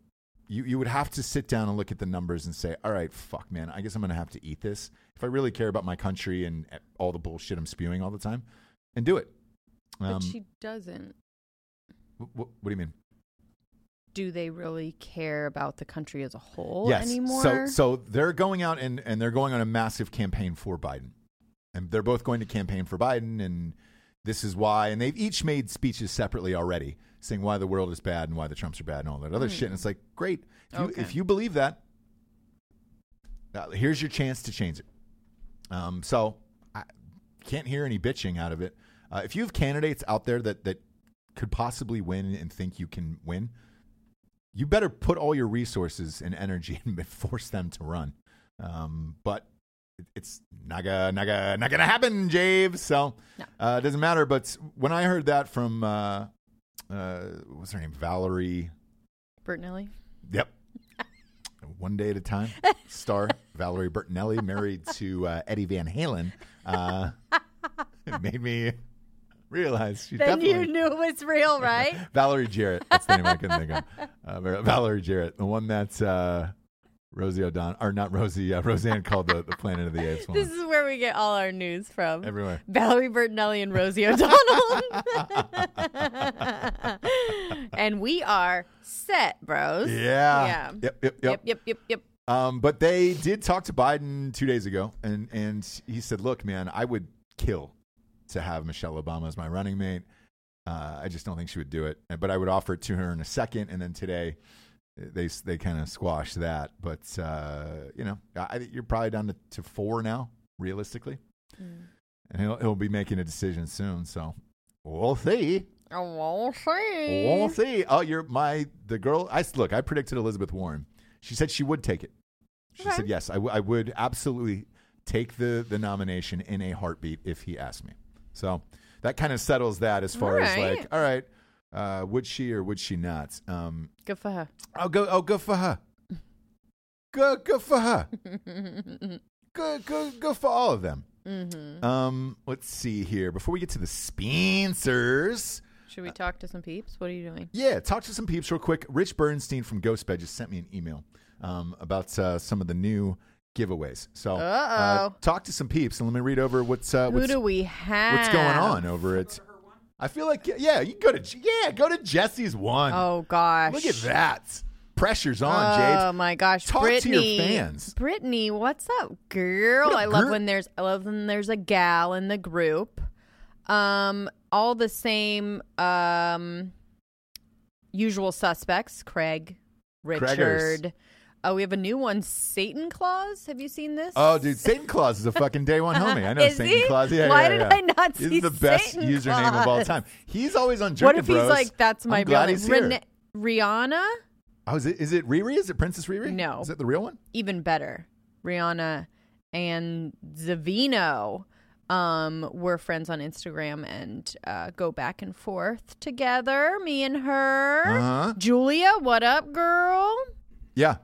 [SPEAKER 1] you you would have to sit down and look at the numbers and say all right fuck man i guess i'm gonna have to eat this if i really care about my country and uh, all the bullshit i'm spewing all the time and do it um
[SPEAKER 2] but she doesn't.
[SPEAKER 1] wh- wh- what do you mean
[SPEAKER 2] Do they really care about the country as a whole
[SPEAKER 1] yes so
[SPEAKER 2] anymore?
[SPEAKER 1] so they're going out and and they're going on a massive campaign for biden and they're both going to campaign for biden and this is why and they've each made speeches separately already saying why the world is bad and why the trumps are bad and all that other shit and it's like great if you,
[SPEAKER 2] Hmm. Okay.
[SPEAKER 1] if you believe that uh, here's your chance to change it um, so i can't hear any bitching out of it uh, if you have candidates out there that that could possibly win and think you can win you better put all your resources and energy and force them to run um, but it- it's not gonna, not gonna, not gonna happen, Jave. So
[SPEAKER 2] No.
[SPEAKER 1] uh, it doesn't matter. But when I heard that from uh, uh, what's her name, Valerie?
[SPEAKER 2] Bertinelli.
[SPEAKER 1] Yep. One day at a time. Star Valerie Bertinelli, married to uh, Eddie Van Halen. Uh, it made me realize she
[SPEAKER 2] Then
[SPEAKER 1] definitely
[SPEAKER 2] you knew it was real, right?
[SPEAKER 1] Valerie Jarrett. That's the name I couldn't think of. Uh, Val- Valerie Jarrett, the one that's uh, Rosie O'Donnell, or not Rosie, uh, Roseanne called the, the Planet of the Apes one.
[SPEAKER 2] this is where we get all our news from.
[SPEAKER 1] Everywhere.
[SPEAKER 2] Valerie Bertinelli and Rosie O'Donnell. and we are set, bros.
[SPEAKER 1] Yeah.
[SPEAKER 2] Yeah.
[SPEAKER 1] Yep. Yep. Yep.
[SPEAKER 2] Yep, yep, yep, yep.
[SPEAKER 1] Um, but they did talk to Biden two days ago, and, and he said, Look, man, I would kill to have Michelle Obama as my running mate. Uh, I just don't think she would do it, but I would offer it to her in a second. And then today, they they kind of squashed that. But uh, you know, I, think you're probably down to, to four now, realistically, and he'll he'll be making a decision soon. So we'll see.
[SPEAKER 2] Oh, we'll see.
[SPEAKER 1] We'll see. Oh, you're my the girl. I look. I predicted Elizabeth Warren. She said she would take it. She
[SPEAKER 2] Okay.
[SPEAKER 1] said yes. I, w- I would absolutely take the the nomination in a heartbeat if he asked me. So that kind of settles that as far as
[SPEAKER 2] Alright.
[SPEAKER 1] like, all right, uh, would she or would she not? Um,
[SPEAKER 2] Good for her.
[SPEAKER 1] oh, go, oh, good for her. Good, good for her. good, good, good for all of them.
[SPEAKER 2] Mm-hmm.
[SPEAKER 1] Um, let's see here. Before we get to the Spencers,
[SPEAKER 2] Should we
[SPEAKER 1] Uh,
[SPEAKER 2] talk to some peeps? What are you doing?
[SPEAKER 1] yeah, talk to some peeps real quick. Rich Bernstein from GhostBed just sent me an email um, about uh, some of the new giveaways. So uh, talk to some peeps and let me read over what's uh,
[SPEAKER 2] Who
[SPEAKER 1] what's,
[SPEAKER 2] do we have?
[SPEAKER 1] what's going on over it. I feel like yeah, you go to J- yeah, go to Jesse's one.
[SPEAKER 2] Oh gosh!
[SPEAKER 1] Look at that. Pressure's on,
[SPEAKER 2] Oh
[SPEAKER 1] Jade.
[SPEAKER 2] my gosh,
[SPEAKER 1] Talk to your
[SPEAKER 2] Brittany!
[SPEAKER 1] fans.
[SPEAKER 2] Brittany, what's up, girl?
[SPEAKER 1] What up,
[SPEAKER 2] I love
[SPEAKER 1] girl?
[SPEAKER 2] when there's I love when there's a gal in the group. Um, all the same, um, usual suspects: Craig,
[SPEAKER 1] Craigers.
[SPEAKER 2] Richard. Uh, we have a new one, Satan Claus. Have you seen this?
[SPEAKER 1] Oh, dude, Satan Claus is a fucking day one homie. I know
[SPEAKER 2] Is
[SPEAKER 1] Satan
[SPEAKER 2] he?
[SPEAKER 1] Claus. Yeah,
[SPEAKER 2] Why
[SPEAKER 1] yeah,
[SPEAKER 2] did
[SPEAKER 1] yeah.
[SPEAKER 2] I not see
[SPEAKER 1] He's the best
[SPEAKER 2] Satan
[SPEAKER 1] username of all
[SPEAKER 2] Claus?
[SPEAKER 1] time. He's always on Jerky
[SPEAKER 2] what if
[SPEAKER 1] Bros.
[SPEAKER 2] he's like, "That's my
[SPEAKER 1] I'm
[SPEAKER 2] real
[SPEAKER 1] glad
[SPEAKER 2] name,
[SPEAKER 1] he's here.
[SPEAKER 2] Rene- Rihanna"?
[SPEAKER 1] Oh, is it, is it Riri? Is it Princess Riri?
[SPEAKER 2] No.
[SPEAKER 1] Is that the real one?
[SPEAKER 2] even better. Rihanna and Zavino um, were friends on Instagram and uh, go back and forth together, me and her.
[SPEAKER 1] Uh-huh.
[SPEAKER 2] Julia, what up, girl?
[SPEAKER 1] Yeah.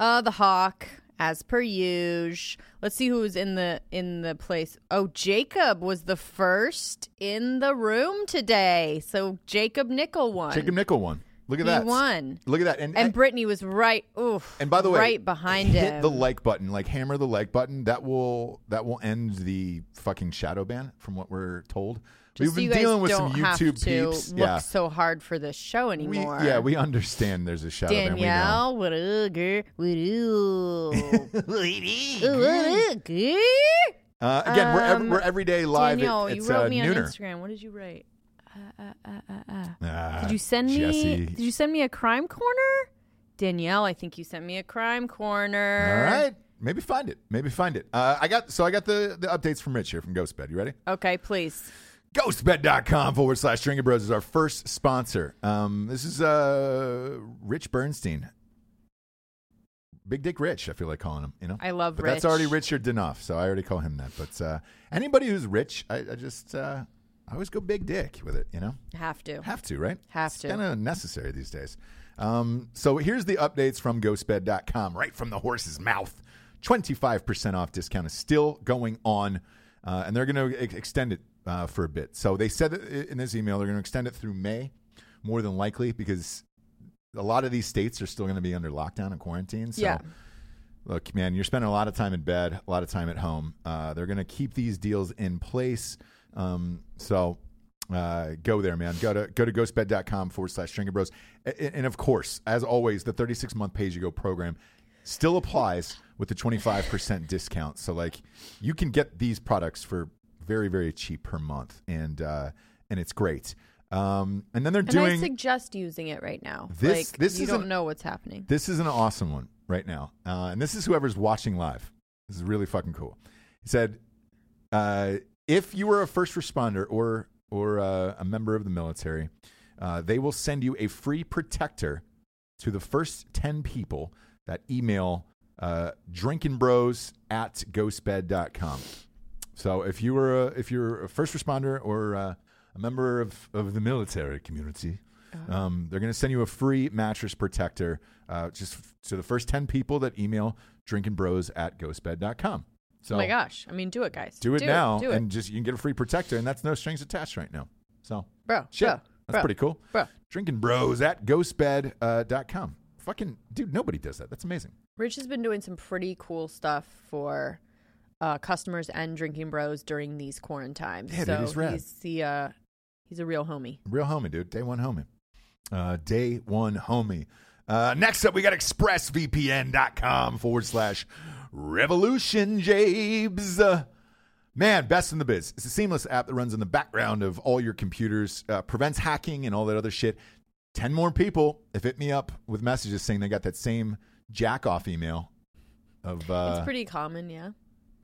[SPEAKER 2] Uh, the Hawk, as per usual. Let's see who was in the in the place. Oh, Jacob was the first in the room today. So Jacob Nickel won.
[SPEAKER 1] Jacob Nickel won. Look at
[SPEAKER 2] He
[SPEAKER 1] that.
[SPEAKER 2] won.
[SPEAKER 1] Look at that. And,
[SPEAKER 2] and Brittany was right. Oof.
[SPEAKER 1] and by the way,
[SPEAKER 2] right behind
[SPEAKER 1] hit
[SPEAKER 2] him.
[SPEAKER 1] the like button. Like hammer the like button. That will that will end the fucking shadow ban from what we're told.
[SPEAKER 2] Just so
[SPEAKER 1] We've
[SPEAKER 2] you
[SPEAKER 1] been
[SPEAKER 2] guys
[SPEAKER 1] dealing with
[SPEAKER 2] don't
[SPEAKER 1] some
[SPEAKER 2] have
[SPEAKER 1] YouTube
[SPEAKER 2] to
[SPEAKER 1] peeps.
[SPEAKER 2] Look
[SPEAKER 1] yeah.
[SPEAKER 2] so hard for this show
[SPEAKER 1] We,
[SPEAKER 2] anymore.
[SPEAKER 1] yeah, we understand there's a shadow ban. We know.
[SPEAKER 2] Danielle, what a girl, what a girl.
[SPEAKER 1] Uh, again, we're, ev- we're every day live. at-
[SPEAKER 2] um, Danielle,
[SPEAKER 1] it's
[SPEAKER 2] you wrote
[SPEAKER 1] uh,
[SPEAKER 2] me on
[SPEAKER 1] nooner.
[SPEAKER 2] Instagram. What did you write?
[SPEAKER 1] Ah,
[SPEAKER 2] Did you send me?
[SPEAKER 1] Jesse.
[SPEAKER 2] Did you send me a crime corner? Danielle, I think you sent me a crime corner.
[SPEAKER 1] All right, maybe find it. Maybe find it. Uh, I got so I got the the updates from Rich here from Ghostbed. You ready?
[SPEAKER 2] Okay, please.
[SPEAKER 1] Ghostbed.com forward slash Drinking Bros is our first sponsor. Um, this is uh, Rich Bernstein. Big Dick Rich, I feel like calling him, you know?
[SPEAKER 2] I love
[SPEAKER 1] but
[SPEAKER 2] Rich.
[SPEAKER 1] that's already Richard Denoff, so I already call him that. But uh, anybody who's rich, I, I just, uh, I always go Big Dick with it, you know?
[SPEAKER 2] Have to.
[SPEAKER 1] Have to, right?
[SPEAKER 2] Have to.
[SPEAKER 1] kind of necessary these days. Um, so here's the updates from ghostbed.com, right from the horse's mouth. 25% off discount is still going on, uh, and they're going to ex- extend it uh, for a bit. So they said that i- in this email they're going to extend it through May, more than likely, because a lot of these states are still going to be under lockdown and quarantine. So
[SPEAKER 2] Yeah.
[SPEAKER 1] look, man, you're spending a lot of time in bed, a lot of time at home. Uh, they're going to keep these deals in place. Um, so uh, go there, man. Go to go to ghostbed.com forward slash Stringer Bros. And, and of course, as always, the 36 month pay as you go program still applies with the 25% discount. So like you can get these products for very very cheap per month, and uh, and it's great. Um, and then they're
[SPEAKER 2] And
[SPEAKER 1] doing
[SPEAKER 2] I suggest using it right now.
[SPEAKER 1] This-
[SPEAKER 2] like,
[SPEAKER 1] this
[SPEAKER 2] you
[SPEAKER 1] is
[SPEAKER 2] don't
[SPEAKER 1] an-
[SPEAKER 2] know what's happening.
[SPEAKER 1] this is an awesome one right now. Uh, and this is whoever's watching live. This is really fucking cool. He said, uh, if you are a first responder or, or uh, a member of the military, uh, they will send you a free protector to the first 10 people that email uh, drinkingbros at ghostbed.com. So if you were a, if you're a first responder or uh, a member of, of the military community,
[SPEAKER 2] Uh-huh.
[SPEAKER 1] um, they're going to send you a free mattress protector uh, just f- to the first 10 people that email drinkingbros at ghostbed.com. So
[SPEAKER 2] oh my gosh. I mean, do it, guys.
[SPEAKER 1] do it now
[SPEAKER 2] do it.
[SPEAKER 1] and just you can get a free protector and that's no strings attached right now. So
[SPEAKER 2] bro,
[SPEAKER 1] shit,
[SPEAKER 2] bro,
[SPEAKER 1] that's
[SPEAKER 2] bro,
[SPEAKER 1] pretty cool.
[SPEAKER 2] Bro.
[SPEAKER 1] Drinking bros at ghostbed.com. Uh, dot com. Fucking dude, nobody does that. That's amazing.
[SPEAKER 2] Rich has been doing some pretty cool stuff for uh, customers and drinking bros during these quarantine times.
[SPEAKER 1] Yeah, dude,
[SPEAKER 2] so
[SPEAKER 1] he's rad.
[SPEAKER 2] he's the uh, he's a real homie.
[SPEAKER 1] Real homie, dude. Day one homie. Uh, day one homie. Uh, next up, we got expressvpn.com forward slash revolution, Jabes. Uh, Man, best in the biz. It's a seamless app that runs in the background of all your computers, uh, prevents hacking and all that other shit. 10 more people have hit me up with messages saying they got that same jack off email. Of
[SPEAKER 2] It's
[SPEAKER 1] uh,
[SPEAKER 2] pretty common, yeah.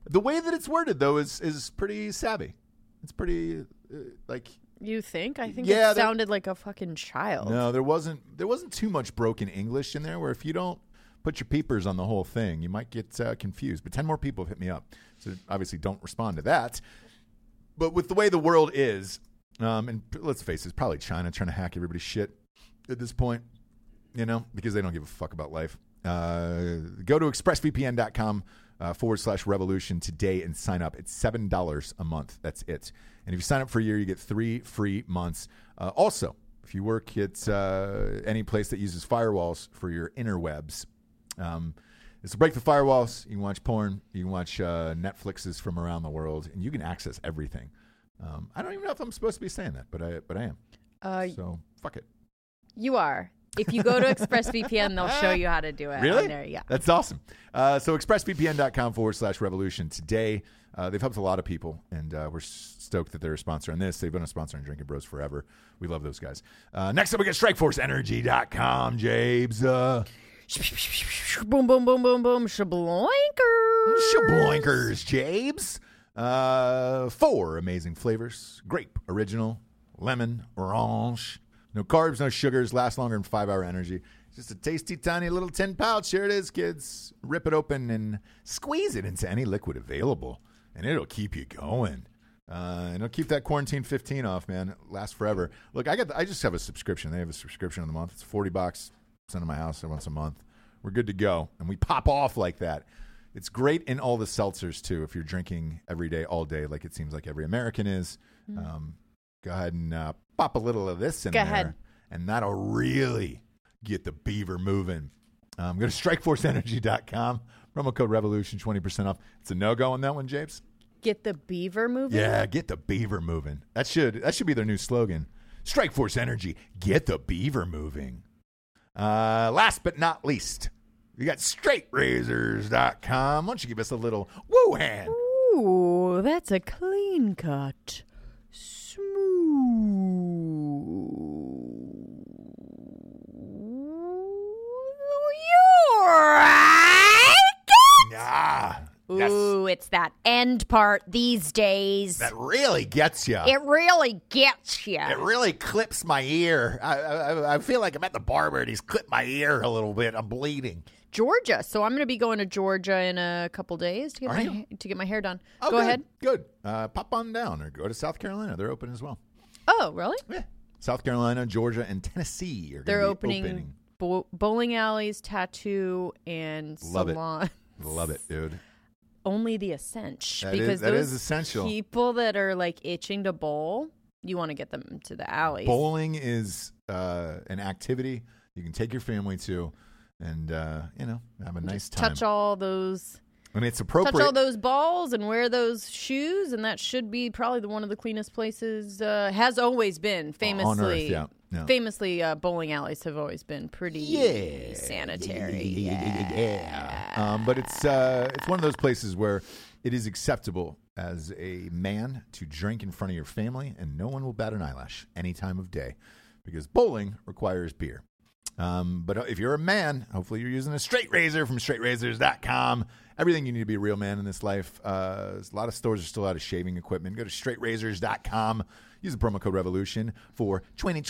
[SPEAKER 1] the way that it's worded though is is pretty savvy. It's pretty uh, like
[SPEAKER 2] You think? I think
[SPEAKER 1] Yeah,
[SPEAKER 2] it
[SPEAKER 1] they-
[SPEAKER 2] sounded like a fucking child.
[SPEAKER 1] no, there wasn't there wasn't too much broken English in there. Where if you don't put your peepers on the whole thing, you might get uh, confused. But ten more people have hit me up, so obviously don't respond to that. But with the way the world is, um, and p- let's face it, it's probably China trying to hack everybody's shit at this point. You know, because they don't give a fuck about life. Uh, go to expressvpn.com uh, forward slash revolution today and sign up. It's seven dollars a month. That's it. And if you sign up for a year, you get three free months. Uh, also, if you work at uh, any place that uses firewalls for your interwebs, um, this will break the firewalls. You can watch porn. You can watch uh, Netflixes from around the world, and you can access everything. Um, I don't even know if I'm supposed to be saying that, but I but I am.
[SPEAKER 2] Uh,
[SPEAKER 1] So fuck it.
[SPEAKER 2] you are. If you go to ExpressVPN, they'll show you how to do it.
[SPEAKER 1] Really?
[SPEAKER 2] uh, On there. Yeah.
[SPEAKER 1] That's awesome. Uh, so expressvpn.com forward slash revolution today. Uh, they've helped a lot of people, and uh, we're s- stoked that they're a sponsor on this. They've been a sponsor on Drinking Bros forever. We love those guys. Uh, next up, we got strikeforceenergy.com, Jabes. Uh,
[SPEAKER 2] Boom, boom, boom, boom, boom. Shabloinker.
[SPEAKER 1] Shabloinkers, Jabes. Uh, four amazing flavors grape, original, lemon, orange. No carbs, no sugars, last longer than five hour energy. Just a tasty, tiny little 10 pouch. Here it is, kids. Rip it open and squeeze it into any liquid available, and it'll keep you going. Uh, and it'll keep that quarantine 15 off, man. It lasts forever. Look, I got the, I just have a subscription. They have a subscription on the month. It's 40 bucks. Send to my house once a month. We're good to go. And we pop off like that. It's great in all the seltzers too. If you're drinking every day, all day, like it seems like every American is, um, go ahead and uh, pop a little of this in
[SPEAKER 2] Mm-hmm. Go
[SPEAKER 1] there,
[SPEAKER 2] ahead.
[SPEAKER 1] and that'll really get the beaver moving. Um, go to strikeforceenergy.com. Promo code revolution twenty percent off. It's a no go on that one, Japes.
[SPEAKER 2] Get the beaver movie.
[SPEAKER 1] Yeah, get the beaver moving. That should that should be their new slogan. Strike Force Energy, get the beaver moving. Uh, last but not least, we got straightrazors.com. Why don't you give us a little woo hand?
[SPEAKER 2] Ooh, that's a clean cut. Smooth. You're
[SPEAKER 1] Nah. That's,
[SPEAKER 2] Ooh, it's that end part these days.
[SPEAKER 1] that really gets you.
[SPEAKER 2] it really gets you.
[SPEAKER 1] It really clips my ear. I, I I feel like I'm at the barber and he's clipped my ear a little bit. I'm bleeding.
[SPEAKER 2] Georgia. So I'm going to be going to Georgia in a couple days to get
[SPEAKER 1] Are
[SPEAKER 2] my
[SPEAKER 1] you?
[SPEAKER 2] ha- to get my hair done.
[SPEAKER 1] Oh,
[SPEAKER 2] Go
[SPEAKER 1] good,
[SPEAKER 2] ahead.
[SPEAKER 1] Good. Uh, pop on down or go to South Carolina. They're open as well.
[SPEAKER 2] Oh, really?
[SPEAKER 1] Yeah. South Carolina, Georgia, and Tennessee are gonna
[SPEAKER 2] They're
[SPEAKER 1] be
[SPEAKER 2] opening, Bo- bowling alleys, tattoo, and
[SPEAKER 1] Love it.
[SPEAKER 2] salon.
[SPEAKER 1] Love it, dude.
[SPEAKER 2] Only the essential
[SPEAKER 1] That is-
[SPEAKER 2] because
[SPEAKER 1] that
[SPEAKER 2] those
[SPEAKER 1] is essential.
[SPEAKER 2] People that are like itching to bowl, you want to get them to the alleys.
[SPEAKER 1] Bowling is uh, an activity you can take your family to, and uh, you know have a nice time.
[SPEAKER 2] touch all those,
[SPEAKER 1] and it's
[SPEAKER 2] touch all
[SPEAKER 1] appropriate.
[SPEAKER 2] those balls, and wear those shoes, and that should be probably the one of the cleanest places. Uh, has always been famously.
[SPEAKER 1] on earth, yeah. yeah.
[SPEAKER 2] Famously, uh, bowling alleys have always been pretty
[SPEAKER 1] Yeah.
[SPEAKER 2] sanitary.
[SPEAKER 1] Yeah. Um, but it's uh, it's one of those places where it is acceptable as a man to drink in front of your family, and no one will bat an eyelash any time of day, because bowling requires beer. Um, but if you're a man, hopefully you're using a straight razor from straightrazors.com. Everything you need to be a real man in this life. Uh, there's a lot of stores are still out of shaving equipment. Go to straightrazors.com. Use the promo code REVOLUTION for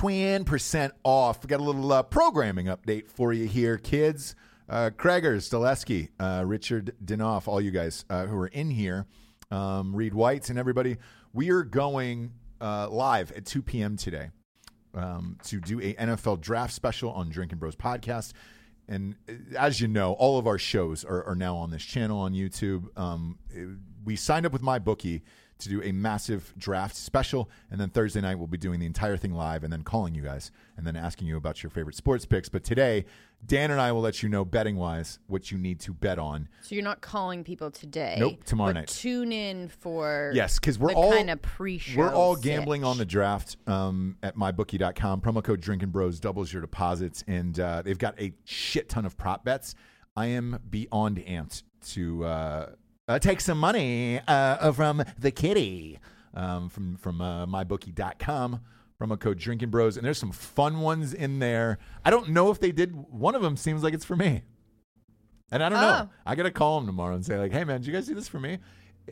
[SPEAKER 1] 20% off. We got a little uh, programming update for you here, kids. Uh, Kreger, Stileski, uh, Richard Dinoff, all you guys uh, who are in here, um, Reed Whites and everybody. We are going uh, live at 2 p.m. today um, to do a NFL draft special on Drinking Bros podcast. And uh, as you know, all of our shows are, are now on this channel on YouTube. Um, it- we signed up with my bookie to do a massive draft special. And then Thursday night, we'll be doing the entire thing live and then calling you guys and then asking you about your favorite sports picks. But today, Dan and I will let you know betting wise what you need to bet on.
[SPEAKER 2] So you're not calling people today.
[SPEAKER 1] Nope, tomorrow
[SPEAKER 2] but
[SPEAKER 1] night.
[SPEAKER 2] Tune in for
[SPEAKER 1] Yes, because we're
[SPEAKER 2] the
[SPEAKER 1] all
[SPEAKER 2] kind of pre-show.
[SPEAKER 1] We're all gambling
[SPEAKER 2] sitch.
[SPEAKER 1] on the draft um, at mybookie.com. Promo code Drinking Bros doubles your deposits, and uh, they've got a shit ton of prop bets. I am beyond amped to uh, uh, take some money uh, from the kitty um, from from uh, mybookie.com. Promo code Drinking Bros, and there's some fun ones in there. I don't know if they did. One of them seems like it's for me. And I don't know.
[SPEAKER 2] Oh.
[SPEAKER 1] I gotta call him tomorrow and say like, "Hey man, did you guys do this for me?"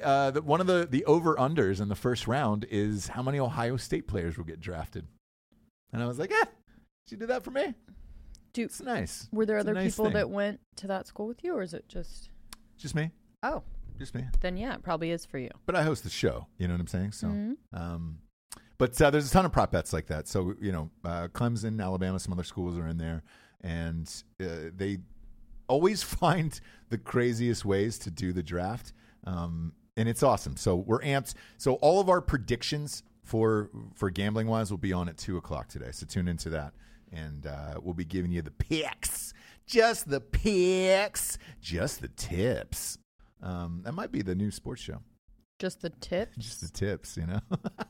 [SPEAKER 1] Uh, the, one of the the over unders in the first round is how many Ohio State players will get drafted. And I was like, "Yeah, did you do that for me?"
[SPEAKER 2] Do-
[SPEAKER 1] it's nice.
[SPEAKER 2] Were there
[SPEAKER 1] It's a
[SPEAKER 2] other
[SPEAKER 1] nice
[SPEAKER 2] people
[SPEAKER 1] thing.
[SPEAKER 2] that went to that school with you, or is it just?
[SPEAKER 1] Just me,
[SPEAKER 2] Oh,
[SPEAKER 1] just me.
[SPEAKER 2] then yeah, it probably is for you.
[SPEAKER 1] But I host the show. You know what I'm saying? So, um, but uh, there's a ton of prop bets like that. So you know, uh, Clemson, Alabama, some other schools are in there, and uh, they always find the craziest ways to do the draft. Um, and it's awesome. So we're amped. So all of our predictions for for gambling wise will be on at two o'clock today. So tune into that, and uh, we'll be giving you the picks, just the picks, just the tips. Um, that might be the new sports show.
[SPEAKER 2] Just the tips.
[SPEAKER 1] Just the tips, you know.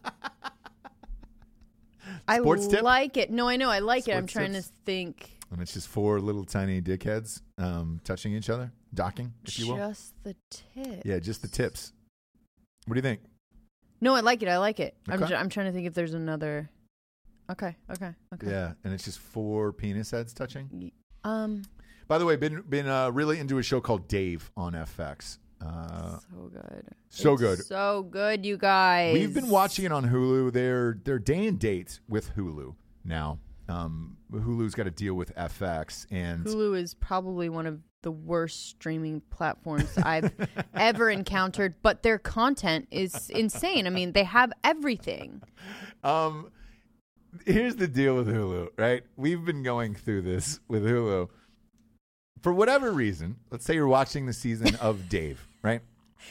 [SPEAKER 2] I
[SPEAKER 1] sports tip?
[SPEAKER 2] like it. No, I know. I like it. I'm
[SPEAKER 1] Sports
[SPEAKER 2] trying
[SPEAKER 1] tips?
[SPEAKER 2] to think.
[SPEAKER 1] and it's just four little tiny dickheads um, touching each other, docking, if you will.
[SPEAKER 2] Just the tip.
[SPEAKER 1] yeah, just the tips. What do you think?
[SPEAKER 2] No, I like it. I like it. I'm,
[SPEAKER 1] Okay.
[SPEAKER 2] ju- I'm trying to think if there's another. Okay. Okay. Okay.
[SPEAKER 1] Yeah, and it's just four penis heads touching.
[SPEAKER 2] Um.
[SPEAKER 1] By the way, been been uh, really into a show called Dave on FX. Uh,
[SPEAKER 2] so good.
[SPEAKER 1] so
[SPEAKER 2] It's
[SPEAKER 1] good.
[SPEAKER 2] So good, you guys.
[SPEAKER 1] We've been watching it on Hulu. They're they're day and date with Hulu now. Um, Hulu's got to deal with FX, and
[SPEAKER 2] Hulu is probably one of the worst streaming platforms I've ever encountered, but their content is insane. I mean, they have everything.
[SPEAKER 1] Um, here's the deal with Hulu, right? We've been going through this with Hulu. For whatever reason, let's say you're watching the season of Dave, right?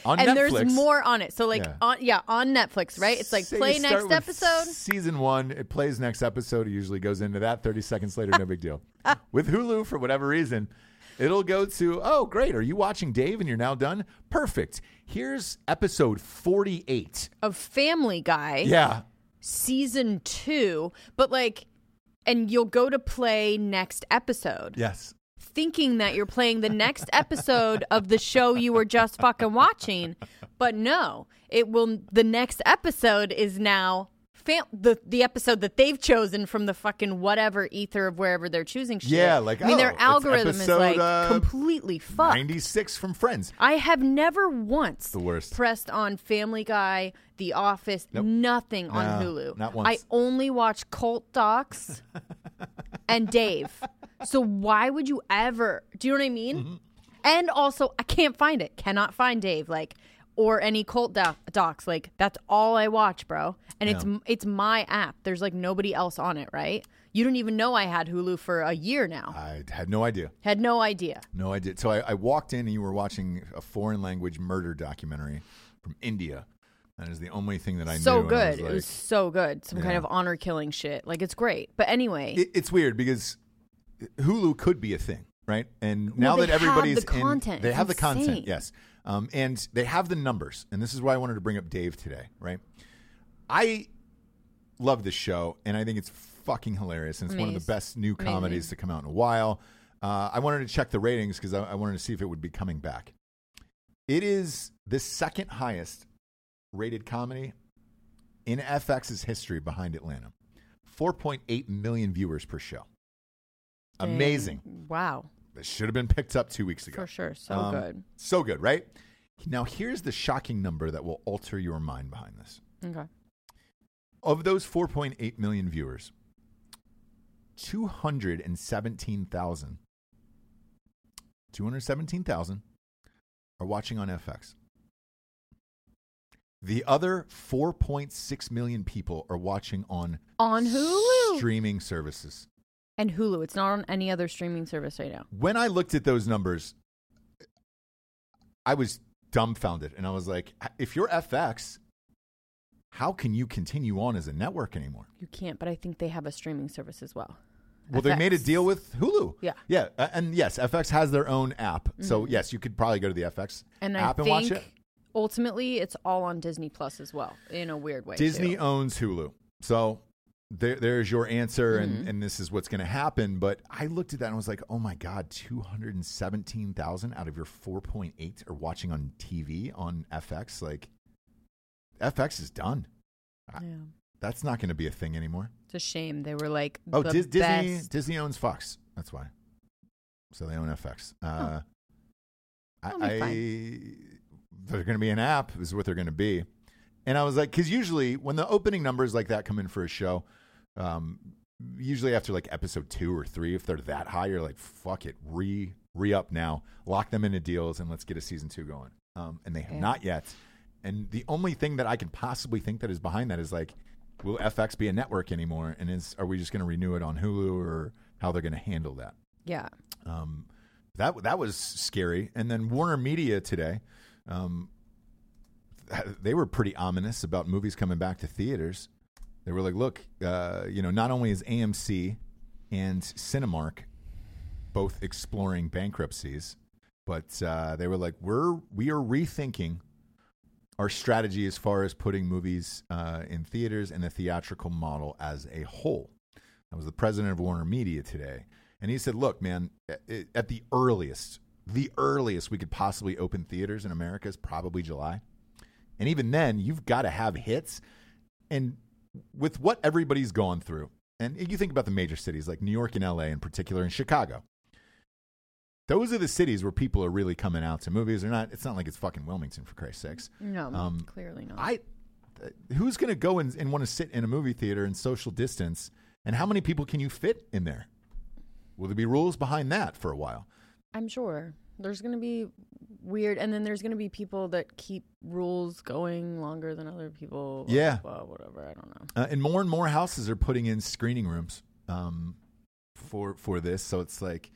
[SPEAKER 1] On
[SPEAKER 2] and
[SPEAKER 1] Netflix,
[SPEAKER 2] there's more on it. So like
[SPEAKER 1] Yeah.
[SPEAKER 2] on yeah, on Netflix, right? It's like
[SPEAKER 1] say
[SPEAKER 2] play
[SPEAKER 1] you start
[SPEAKER 2] next
[SPEAKER 1] with
[SPEAKER 2] episode.
[SPEAKER 1] Season one, it plays next episode. It usually goes into that 30 seconds later, no big deal.
[SPEAKER 2] Ah.
[SPEAKER 1] With Hulu, for whatever reason, it'll go to, oh, great. Are you watching Dave and you're now done? Perfect. Here's episode 48.
[SPEAKER 2] of Family Guy
[SPEAKER 1] Yeah.
[SPEAKER 2] season 2, but like and you'll go to play next episode
[SPEAKER 1] Yes.
[SPEAKER 2] thinking that you're playing the next episode of the show you were just fucking watching. But no, it will the next episode is now fam- the the episode that they've chosen from the fucking whatever ether of wherever they're choosing shit.
[SPEAKER 1] Yeah, like,
[SPEAKER 2] I mean
[SPEAKER 1] oh,
[SPEAKER 2] their
[SPEAKER 1] it's
[SPEAKER 2] algorithm is
[SPEAKER 1] episode,
[SPEAKER 2] like
[SPEAKER 1] uh,
[SPEAKER 2] completely fucked.
[SPEAKER 1] 96 from Friends.
[SPEAKER 2] I have never once
[SPEAKER 1] The worst.
[SPEAKER 2] pressed on Family Guy, The Office, nothing on
[SPEAKER 1] No,
[SPEAKER 2] Hulu.
[SPEAKER 1] not once.
[SPEAKER 2] I only watch cult docs and Dave. So why would you ever? Do you know what I mean?
[SPEAKER 1] Mm-hmm.
[SPEAKER 2] And also, I can't find it. Cannot find Dave. Like. Or any cult doc- docs, like that's all I watch, bro. And it's
[SPEAKER 1] Yeah.
[SPEAKER 2] it's it's my app. There's like nobody else on it, right? You don't even know I had Hulu for a year now.
[SPEAKER 1] I had no idea.
[SPEAKER 2] Had no idea.
[SPEAKER 1] No idea. So I, I walked in and you were watching a foreign language murder documentary from India. That is the only thing that I
[SPEAKER 2] so
[SPEAKER 1] knew. and I
[SPEAKER 2] good. it was so good. Some kind
[SPEAKER 1] Yeah.
[SPEAKER 2] of honor killing shit. Like it's great. But anyway,
[SPEAKER 1] like- It- it's weird because Hulu could be a thing, right? And now
[SPEAKER 2] they
[SPEAKER 1] that
[SPEAKER 2] have the
[SPEAKER 1] everybody's in-
[SPEAKER 2] content.
[SPEAKER 1] they
[SPEAKER 2] It's
[SPEAKER 1] have the content.
[SPEAKER 2] insane.
[SPEAKER 1] Yes, um, and they have the numbers. And this is why I wanted to bring up Dave today, right? I love this show, and I think it's fucking hilarious, and it's one of the
[SPEAKER 2] Amazing.
[SPEAKER 1] best new comedies to come out in a while. Uh, I wanted to check the ratings because I, I wanted to see if it would be coming back. It is the second highest rated comedy in FX's history behind Atlanta. 4.8 million viewers per show. Amazing.
[SPEAKER 2] Dang. Wow.
[SPEAKER 1] This should have been picked up two weeks ago.
[SPEAKER 2] For sure. So
[SPEAKER 1] Um,
[SPEAKER 2] good.
[SPEAKER 1] So good, right? Now, here's the shocking number that will alter your mind behind this.
[SPEAKER 2] Okay.
[SPEAKER 1] Of those 4.8 million viewers, 217,000 217,000 are watching on FX. The other 4.6 million people are watching on
[SPEAKER 2] On Hulu.
[SPEAKER 1] streaming services.
[SPEAKER 2] and Hulu. It's not on any other streaming service right now.
[SPEAKER 1] When I looked at those numbers, I was dumbfounded and I was like, if you're FX, how can you continue on as a network anymore?
[SPEAKER 2] You can't, but I think they have a streaming service as well.
[SPEAKER 1] Well, they made a
[SPEAKER 2] FX.
[SPEAKER 1] deal with Hulu.
[SPEAKER 2] Yeah. Mm-hmm.
[SPEAKER 1] Yeah. uh, And yes, FX has their own app. So, yes, you could probably go to the FX
[SPEAKER 2] And
[SPEAKER 1] app
[SPEAKER 2] I
[SPEAKER 1] and watch
[SPEAKER 2] think
[SPEAKER 1] it.
[SPEAKER 2] ultimately it's all on Disney Plus as well, in a weird way.
[SPEAKER 1] Disney
[SPEAKER 2] too.
[SPEAKER 1] owns Hulu. So there, there's your answer,
[SPEAKER 2] Mm-hmm.
[SPEAKER 1] and, and this is what's going to happen. But I looked at that and was like, oh my God, 217,000 out of your 4.8 are watching on TV on FX. Like, FX is done. uh,
[SPEAKER 2] Yeah.
[SPEAKER 1] That's not going to be a thing anymore.
[SPEAKER 2] It's a shame. They were like,
[SPEAKER 1] Oh,
[SPEAKER 2] the
[SPEAKER 1] Dis- Disney,
[SPEAKER 2] best.
[SPEAKER 1] Disney owns Fox. That's why. So they own FX. Uh, I,
[SPEAKER 2] That'll
[SPEAKER 1] I
[SPEAKER 2] be
[SPEAKER 1] they're going to be an app is what they're going to be. And I was like, because usually when the opening numbers like that come in for a show, um, usually after like episode two or three, if they're that high, you're like, fuck it, re re up now, lock them into deals, and let's get a season two going. Um, and they have
[SPEAKER 2] Yeah.
[SPEAKER 1] not yet. And the only thing that I can possibly think that is behind that is like, will FX be a network anymore? And is are we just going to renew it on Hulu or how they're going to handle that?
[SPEAKER 2] Yeah.
[SPEAKER 1] Um, that that was scary. And then Warner Media today, um, th- they were pretty ominous about movies coming back to theaters. They were like, "Look, uh, you know, not only is AMC and Cinemark both exploring bankruptcies, but uh, they were like, we're we are rethinking." Our strategy as far as putting movies uh, in theaters and the theatrical model as a whole. I was the president of Warner Media today, and he said, "Look, man, at at the earliest, the earliest we could possibly open theaters in America is probably July, and even then, you've got to have hits. And with what everybody's gone through, and you think about the major cities like New York and L.A. in particular, and Chicago." Those are the cities where people are really coming out to movies. They're not. It's not like it's fucking Wilmington for Christ's sakes.
[SPEAKER 2] No,
[SPEAKER 1] Um,
[SPEAKER 2] clearly not.
[SPEAKER 1] I th- who's going to go and, and want to sit in a movie theater and social distance? And how many people can you fit in there? Will there be rules behind that for a while?
[SPEAKER 2] I'm sure there's going to be weird, and then there's going to be people that keep rules going longer than other people. blah,
[SPEAKER 1] Yeah.
[SPEAKER 2] blah, blah, whatever. I don't know.
[SPEAKER 1] Uh, and more and more houses are putting in screening rooms um, for for this. So it's like,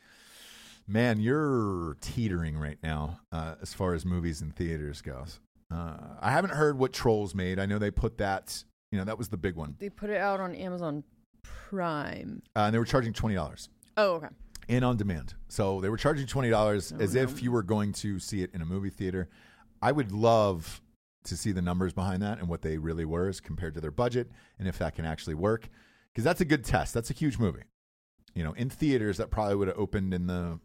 [SPEAKER 1] man, you're teetering right now uh, as far as movies and theaters goes. Uh, I haven't heard what Trolls made. I know they put that. You know that was the big one,
[SPEAKER 2] They put it out on Amazon Prime.
[SPEAKER 1] uh, and they were charging twenty dollars.
[SPEAKER 2] Oh, okay.
[SPEAKER 1] and on demand. So they were charging twenty dollars
[SPEAKER 2] Oh,
[SPEAKER 1] as
[SPEAKER 2] no.
[SPEAKER 1] if you were going to see it in a movie theater. I would love to see the numbers behind that and what they really were as compared to their budget, and if that can actually work, because that's a good test. That's a huge movie. You know, in theaters that probably would have opened in the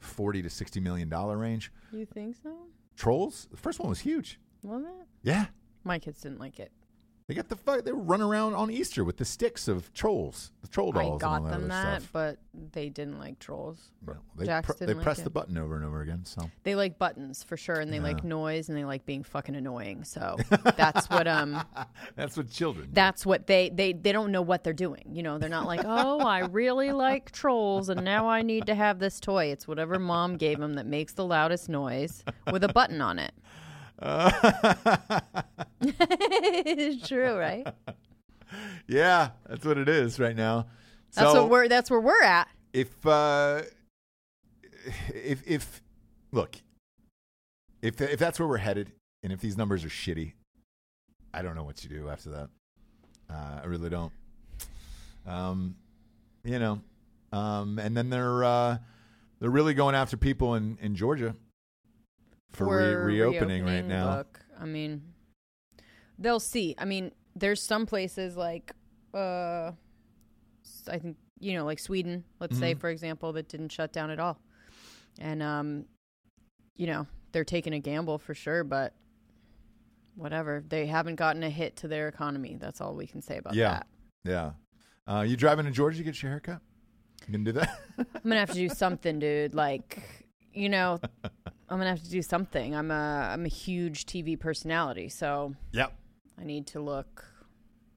[SPEAKER 1] forty to sixty million dollar range.
[SPEAKER 2] You think so?
[SPEAKER 1] Trolls, the first one was huge.
[SPEAKER 2] Was it?
[SPEAKER 1] Yeah,
[SPEAKER 2] My kids didn't like it.
[SPEAKER 1] they got the fuck. They were running around on Easter with the sticks of trolls, the troll
[SPEAKER 2] I
[SPEAKER 1] dolls.
[SPEAKER 2] got
[SPEAKER 1] and all
[SPEAKER 2] them
[SPEAKER 1] that, other
[SPEAKER 2] that,
[SPEAKER 1] stuff.
[SPEAKER 2] but they didn't like trolls.
[SPEAKER 1] No, they
[SPEAKER 2] Jax
[SPEAKER 1] pre-
[SPEAKER 2] didn't
[SPEAKER 1] they
[SPEAKER 2] like
[SPEAKER 1] pressed
[SPEAKER 2] it.
[SPEAKER 1] the button over and over again. So
[SPEAKER 2] They like buttons for sure, and they like
[SPEAKER 1] Yeah.
[SPEAKER 2] noise, and they like being fucking annoying. So that's what um
[SPEAKER 1] that's what children. do.
[SPEAKER 2] that's what they they they don't know what they're doing. You know, they're not like, oh, I really like trolls, and now I need to have this toy. It's whatever mom gave them that makes the loudest noise with a button on it.
[SPEAKER 1] Uh,
[SPEAKER 2] it's true, right?
[SPEAKER 1] Yeah, that's what it is right now.
[SPEAKER 2] That's
[SPEAKER 1] so
[SPEAKER 2] what we're that's where we're at.
[SPEAKER 1] if uh, if if look if if that's where we're headed, and if these numbers are shitty, I don't know what you do after that. Uh, I really don't. Um, you know, um, and then they're uh, they're really going after people in in Georgia for re-
[SPEAKER 2] We're
[SPEAKER 1] reopening, right
[SPEAKER 2] reopening,
[SPEAKER 1] now.
[SPEAKER 2] Look, I mean, they'll see. I mean, there's some places like, uh, s- I think you know, like Sweden, let's say
[SPEAKER 1] Mm-hmm.
[SPEAKER 2] for example, that didn't shut down at all, and um, you know, they're taking a gamble for sure, but whatever. They haven't gotten a hit to their economy. That's all we can say about
[SPEAKER 1] Yeah.
[SPEAKER 2] that.
[SPEAKER 1] Yeah. Uh, you driving to Georgia to get your haircut? You gonna do that?
[SPEAKER 2] I'm gonna have to do something, dude. Like, you know, I'm gonna have to do something. I'm a I'm a huge TV personality, so.
[SPEAKER 1] yep.
[SPEAKER 2] I need to look.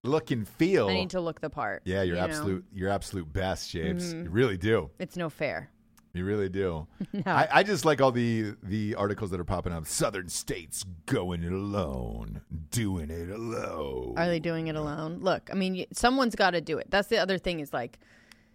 [SPEAKER 1] Look and feel.
[SPEAKER 2] I need to look the part.
[SPEAKER 1] Oh. yeah, your
[SPEAKER 2] you know? Mm-hmm.
[SPEAKER 1] absolute your absolute best shapes. You really do.
[SPEAKER 2] It's no fair.
[SPEAKER 1] You really do. I, I just like all the the articles that are popping up. Southern states going it alone, doing it alone.
[SPEAKER 2] Are they doing it alone? Look, I mean, y- someone's got to do it. That's the other thing. Is like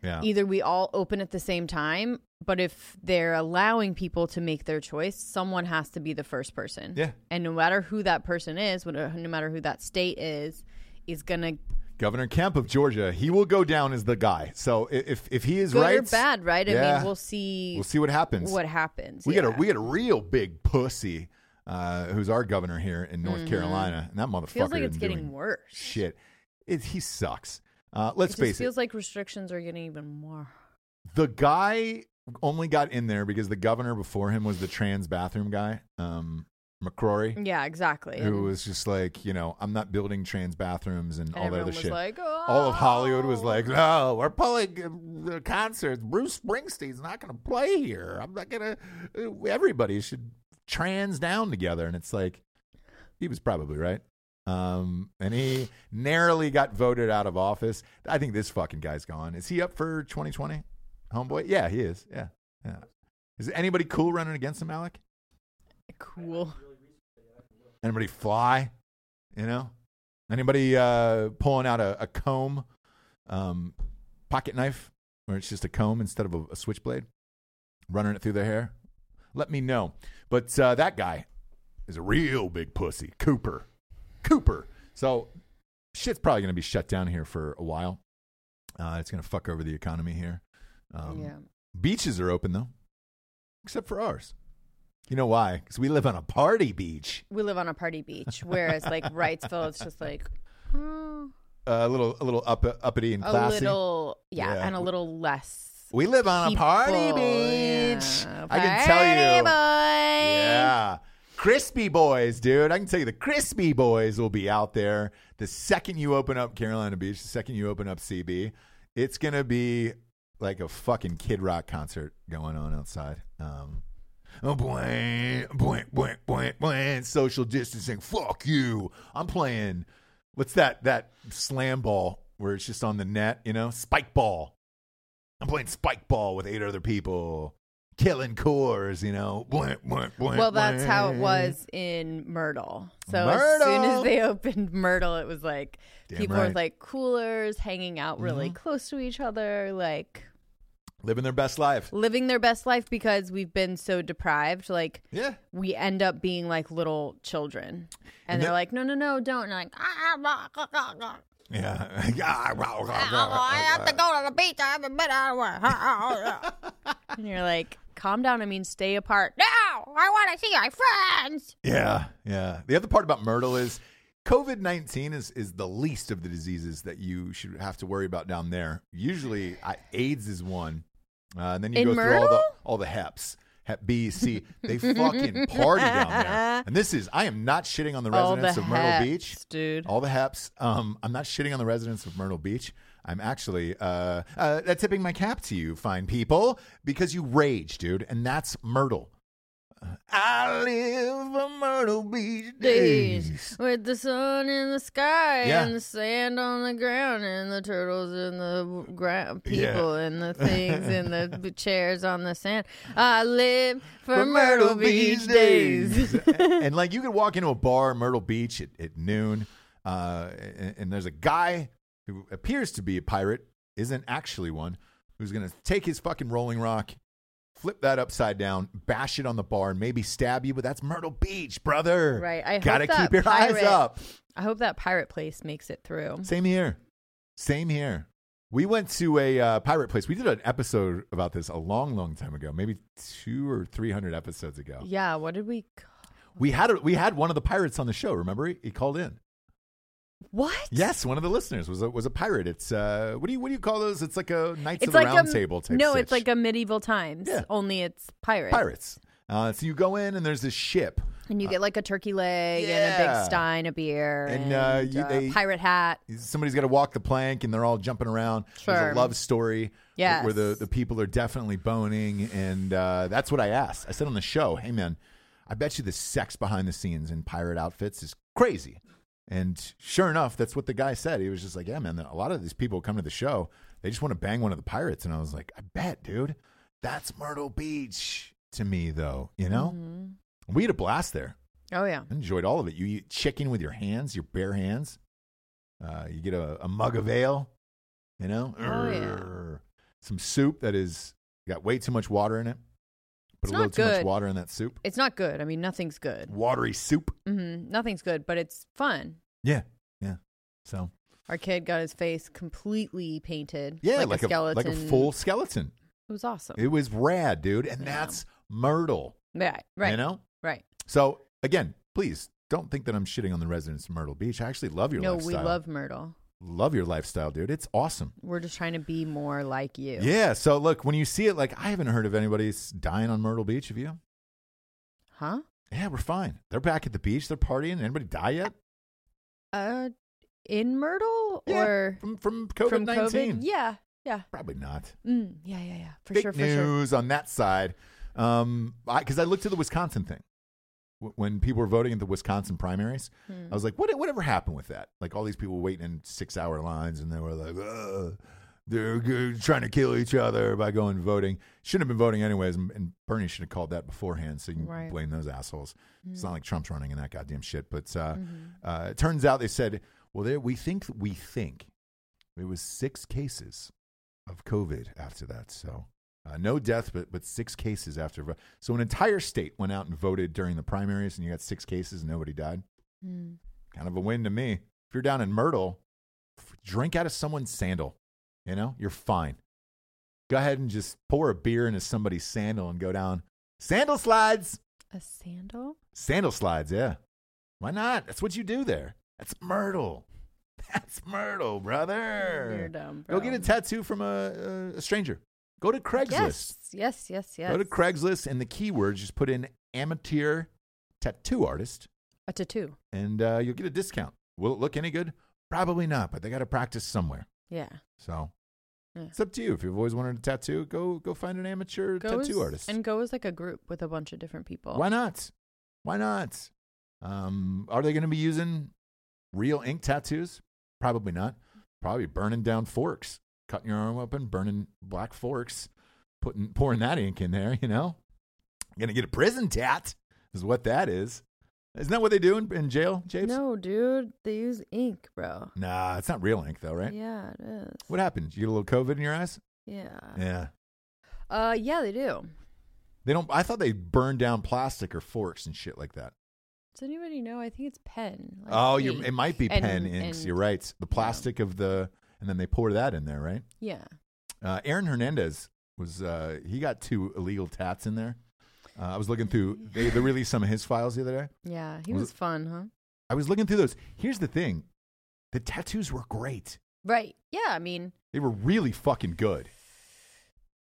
[SPEAKER 1] Yeah.
[SPEAKER 2] either we all open at the same time, but if they're allowing people to make their choice, someone has to be the first person.
[SPEAKER 1] Yeah.
[SPEAKER 2] And no matter who that person is, what- uh, no matter who that state is, is gonna
[SPEAKER 1] Governor Kemp of Georgia, he will go down as the guy. So i- if if he is
[SPEAKER 2] good
[SPEAKER 1] right,
[SPEAKER 2] or bad, right? I
[SPEAKER 1] Yeah.
[SPEAKER 2] mean, we'll see.
[SPEAKER 1] We'll see what happens.
[SPEAKER 2] what happens.
[SPEAKER 1] we got
[SPEAKER 2] yeah.
[SPEAKER 1] a we got a real big pussy uh, who's our governor here in North Carolina, and that motherfucker
[SPEAKER 2] Mm-hmm. feels like it's
[SPEAKER 1] isn't
[SPEAKER 2] getting
[SPEAKER 1] doing
[SPEAKER 2] worse.
[SPEAKER 1] Shit, it, he sucks. Uh, let's
[SPEAKER 2] It
[SPEAKER 1] face
[SPEAKER 2] just
[SPEAKER 1] it.
[SPEAKER 2] feels like restrictions are getting even more.
[SPEAKER 1] the guy only got in there because the governor before him was the trans bathroom guy, um, McCrory,
[SPEAKER 2] Mm, Yeah, exactly.
[SPEAKER 1] who was just like, you know, I'm not building trans bathrooms and,
[SPEAKER 2] And
[SPEAKER 1] all that
[SPEAKER 2] everyone
[SPEAKER 1] other
[SPEAKER 2] was
[SPEAKER 1] shit.
[SPEAKER 2] like,
[SPEAKER 1] all of Hollywood was
[SPEAKER 2] "Oh."
[SPEAKER 1] like, "No, we're pulling uh, concerts. Bruce Springsteen's not going to play here. I'm not going to. Everybody should trans down together." And it's like, he was probably right. Um, and he narrowly got voted out of office. I think this fucking guy's gone. Is he up for 2020? Homeboy? Yeah, he is. Yeah, yeah. Is anybody cool running against him, Alec?
[SPEAKER 2] "Oh, cool.
[SPEAKER 1] Anybody fly? You know? Anybody uh, pulling out a, a comb, um, pocket knife, where it's just a comb instead of a, a switchblade, running it through their hair? Let me know. But uh, that guy is a real big pussy, Cooper. Cooper. So shit's probably going to be shut down here for a while. Uh, it's going to fuck over the economy here. Um,
[SPEAKER 2] yeah.
[SPEAKER 1] Beaches are open, though, except for ours. You know why? Because we live on a party beach.
[SPEAKER 2] We live on a party beach, whereas like Wrightsville, it's just like hmm,
[SPEAKER 1] a little a little up, uppity and
[SPEAKER 2] a
[SPEAKER 1] classy.
[SPEAKER 2] little, yeah,
[SPEAKER 1] Yeah.
[SPEAKER 2] and a little less.
[SPEAKER 1] we live on a party
[SPEAKER 2] people.
[SPEAKER 1] beach.
[SPEAKER 2] Yeah.
[SPEAKER 1] I can tell you.
[SPEAKER 2] Party boy.
[SPEAKER 1] Yeah. Crispy boys, dude. I can tell you the crispy boys will be out there the second you open up Carolina Beach, the second you open up CB. It's going to be like a fucking Kid Rock concert going on outside. Um, oh, boy, boy, boy, boy, boy, social distancing. Fuck you. I'm playing, what's that, that slam ball where it's just on the net, you know? Spike ball. I'm playing spike ball with eight other people, killing cores, you know. Bwah, bwah, bwah,
[SPEAKER 2] Well, that's how it
[SPEAKER 1] bwah.
[SPEAKER 2] was in Myrtle. So as soon
[SPEAKER 1] Myrtle!
[SPEAKER 2] as they opened Myrtle, it was like
[SPEAKER 1] Damn
[SPEAKER 2] people were
[SPEAKER 1] right. Mm-hmm.
[SPEAKER 2] like coolers, hanging out really close to each other, like
[SPEAKER 1] Living their best life.
[SPEAKER 2] living their best life because we've been so deprived. Like
[SPEAKER 1] Yeah.
[SPEAKER 2] we end up being like little children, and,
[SPEAKER 1] And
[SPEAKER 2] they're
[SPEAKER 1] that-
[SPEAKER 2] like, no, no, no, don't. And like, "Ah, ah, ah, ah, ah,
[SPEAKER 1] Yeah.
[SPEAKER 2] ah, I have to go to the beach. I haven't been anywhere. Ah, ah, ah, ah." and you're like, calm down. I mean, stay apart. No, I want to see my friends.
[SPEAKER 1] Yeah. Yeah. The other part about Myrtle is COVID 19 is, is the least of the diseases that you should have to worry about down there. Usually, I, AIDS is one. Uh, and then you
[SPEAKER 2] In
[SPEAKER 1] go through all the,
[SPEAKER 2] Myrtle?
[SPEAKER 1] all the HEPs. Hep B, C, they fucking party down there. And this is, I am not shitting on the
[SPEAKER 2] All the
[SPEAKER 1] residents of Myrtle
[SPEAKER 2] hats,
[SPEAKER 1] Beach.
[SPEAKER 2] dude.
[SPEAKER 1] All the haps. Um, I'm not shitting on the residents of Myrtle Beach. I'm actually uh, uh, tipping my cap to you, fine people, because you rage, dude, and that's Myrtle. Uh, I live on Myrtle Beach
[SPEAKER 2] days
[SPEAKER 1] days.
[SPEAKER 2] with the sun in the sky
[SPEAKER 1] Yeah.
[SPEAKER 2] and the sand on the ground and the turtles and the ground
[SPEAKER 1] Yeah.
[SPEAKER 2] people and the things and the b- chairs on the sand. I live for
[SPEAKER 1] For
[SPEAKER 2] Myrtle Beach days.
[SPEAKER 1] and like you could walk into a bar, in Myrtle Beach, at, at noon, uh, and, and there's a guy who appears to be a pirate, isn't actually one, who's gonna take his fucking Rolling Rock flip that upside down, bash it on the bar, and maybe stab you. But that's Myrtle Beach, brother.
[SPEAKER 2] Right, I hope
[SPEAKER 1] gotta
[SPEAKER 2] that
[SPEAKER 1] keep your eyes
[SPEAKER 2] pirate-
[SPEAKER 1] up.
[SPEAKER 2] I hope that pirate place makes it through.
[SPEAKER 1] Same here. Same here. We went to a uh, pirate place. We did an episode about this a long, long time ago, maybe two or three hundred episodes ago.
[SPEAKER 2] Yeah, what did we? c-
[SPEAKER 1] We had a, we had one of the pirates on the show. Remember, he, he called in.
[SPEAKER 2] What?
[SPEAKER 1] Yes, one of the listeners was a, was a pirate. It's uh, what do you what do you call those? It's like a Knights
[SPEAKER 2] It's
[SPEAKER 1] of the
[SPEAKER 2] like
[SPEAKER 1] Round
[SPEAKER 2] a
[SPEAKER 1] Table type.
[SPEAKER 2] no. It's
[SPEAKER 1] sitch.
[SPEAKER 2] like a medieval times.
[SPEAKER 1] Yeah.
[SPEAKER 2] Only it's pirates.
[SPEAKER 1] pirates. Uh, so you go in and there's this ship.
[SPEAKER 2] And you get like a turkey leg and a
[SPEAKER 1] Uh, yeah.
[SPEAKER 2] big stein of beer
[SPEAKER 1] And,
[SPEAKER 2] and,
[SPEAKER 1] uh, you-
[SPEAKER 2] a
[SPEAKER 1] they-
[SPEAKER 2] pirate hat.
[SPEAKER 1] Somebody's got to walk the plank, and they're all jumping around. There's
[SPEAKER 2] Sure.
[SPEAKER 1] a love story
[SPEAKER 2] Yes.
[SPEAKER 1] where the, the people are definitely boning, and uh, that's what I asked. I said on the show, "Hey man, I bet you the sex behind the scenes in pirate outfits is crazy." And sure enough, that's what the guy said. He was just like, "Yeah, man, a lot of these people come to the show, they just want to bang one of the pirates." And I was like, "I bet, dude, that's Myrtle Beach to me, though. You know, we had a blast there."
[SPEAKER 2] Mm-hmm. Oh yeah.
[SPEAKER 1] I enjoyed all of it. You eat chicken with your hands, your bare hands. Uh, you get a, a mug of ale, you know?
[SPEAKER 2] Oh, yeah.
[SPEAKER 1] Urgh. some soup that is got way too much water in it. Put
[SPEAKER 2] It's
[SPEAKER 1] a little
[SPEAKER 2] not
[SPEAKER 1] too much
[SPEAKER 2] good.
[SPEAKER 1] water in that soup.
[SPEAKER 2] It's not good. I mean, nothing's good.
[SPEAKER 1] Watery soup.
[SPEAKER 2] hmm Nothing's good, but it's fun.
[SPEAKER 1] Yeah, yeah. So
[SPEAKER 2] Our kid got his face completely painted.
[SPEAKER 1] yeah,
[SPEAKER 2] like, a skeleton.
[SPEAKER 1] like a full skeleton.
[SPEAKER 2] It was awesome.
[SPEAKER 1] It was rad, dude. And
[SPEAKER 2] Yeah.
[SPEAKER 1] that's Myrtle.
[SPEAKER 2] yeah, right.
[SPEAKER 1] You know.
[SPEAKER 2] Right.
[SPEAKER 1] So again, please don't think that I'm shitting on the residents of Myrtle Beach. I actually love your
[SPEAKER 2] No,
[SPEAKER 1] lifestyle.
[SPEAKER 2] we love Myrtle.
[SPEAKER 1] love your lifestyle, dude. It's awesome.
[SPEAKER 2] We're just trying to be more like you.
[SPEAKER 1] Yeah. So look, when you see it, like I haven't heard of anybody s- dying on Myrtle Beach. Have you?
[SPEAKER 2] Huh?
[SPEAKER 1] Yeah, we're fine. They're back at the beach. They're partying. Anybody die yet?
[SPEAKER 2] Uh, in Myrtle
[SPEAKER 1] Yeah,
[SPEAKER 2] or
[SPEAKER 1] from from COVID
[SPEAKER 2] from COVID?
[SPEAKER 1] nineteen?
[SPEAKER 2] Yeah. Yeah.
[SPEAKER 1] Probably not.
[SPEAKER 2] Mm, yeah. Yeah. Yeah. For
[SPEAKER 1] Big
[SPEAKER 2] sure. For sure.
[SPEAKER 1] news on that side. Um, because I, looked at the Wisconsin thing W- when people were voting in the Wisconsin primaries. I was like, what? Whatever happened with that? Like all these people waiting in six hour lines, and they were like, Ugh, they're g- trying to kill each other by going voting. Shouldn't have been voting anyways, and, and Bernie should have called that beforehand. So you can
[SPEAKER 2] Right.
[SPEAKER 1] blame those assholes. It's not like Trump's running in that goddamn shit. But uh, uh, it turns out they said, well, there we think we think it was six cases of COVID after that. So uh, no death, but but six cases after. vo- So an entire state went out and voted during the primaries, and you got six cases and nobody died.
[SPEAKER 2] Mm.
[SPEAKER 1] Kind of a win to me. If you're down in Myrtle, f- drink out of someone's sandal. You know, you're fine. Go ahead and just pour a beer into somebody's sandal and go down. Sandal slides.
[SPEAKER 2] A sandal?
[SPEAKER 1] Sandal slides, yeah. Why not? That's what you do there. That's Myrtle. That's Myrtle, brother.
[SPEAKER 2] You're dumb,
[SPEAKER 1] Go
[SPEAKER 2] um, bro.
[SPEAKER 1] get a tattoo from a, a stranger. Go to Craigslist.
[SPEAKER 2] Yes. Yes. Yes. Yes.
[SPEAKER 1] Go to Craigslist and the keywords. Just put in amateur tattoo artist,
[SPEAKER 2] a tattoo.
[SPEAKER 1] and uh, you'll get a discount. Will it look any good? Probably not, but they got to practice somewhere.
[SPEAKER 2] Yeah.
[SPEAKER 1] So
[SPEAKER 2] Yeah.
[SPEAKER 1] it's up to you. If you've always wanted a tattoo, go go find an amateur
[SPEAKER 2] Go
[SPEAKER 1] tattoo
[SPEAKER 2] as-
[SPEAKER 1] artist.
[SPEAKER 2] And go as like a group with a bunch of different people.
[SPEAKER 1] Why not? Why not? Um, are they going to be using real ink tattoos? Probably not. Probably burning down forks, cutting your arm open, burning black forks, putting pouring that ink in there. You know, going to get a prison tat is what that is. Isn't that what they do in, in jail, Japes?
[SPEAKER 2] No, dude. They use ink, bro.
[SPEAKER 1] Nah, it's not real ink though, right?
[SPEAKER 2] Yeah, it is.
[SPEAKER 1] What happened? You get a little COVID in your eyes?
[SPEAKER 2] Yeah.
[SPEAKER 1] Yeah.
[SPEAKER 2] Uh, yeah, they do.
[SPEAKER 1] They don't. I thought they burned down plastic or forks and shit like that.
[SPEAKER 2] Does anybody know? I think it's pen. like
[SPEAKER 1] oh, you're,
[SPEAKER 2] ink.
[SPEAKER 1] it might be
[SPEAKER 2] And-
[SPEAKER 1] pen inks.
[SPEAKER 2] and-
[SPEAKER 1] you're right. The plastic of the, and then they pour that in there, right?
[SPEAKER 2] Yeah.
[SPEAKER 1] Uh, Aaron Hernandez was, uh, he got two illegal tats in there. Uh, I was looking through, they, they released some of his files the other day.
[SPEAKER 2] Yeah. He
[SPEAKER 1] Was
[SPEAKER 2] was,
[SPEAKER 1] it-
[SPEAKER 2] fun, huh?
[SPEAKER 1] I was looking through those. Here's the thing the tattoos were great,
[SPEAKER 2] Right. Yeah. I mean,
[SPEAKER 1] they were really fucking good.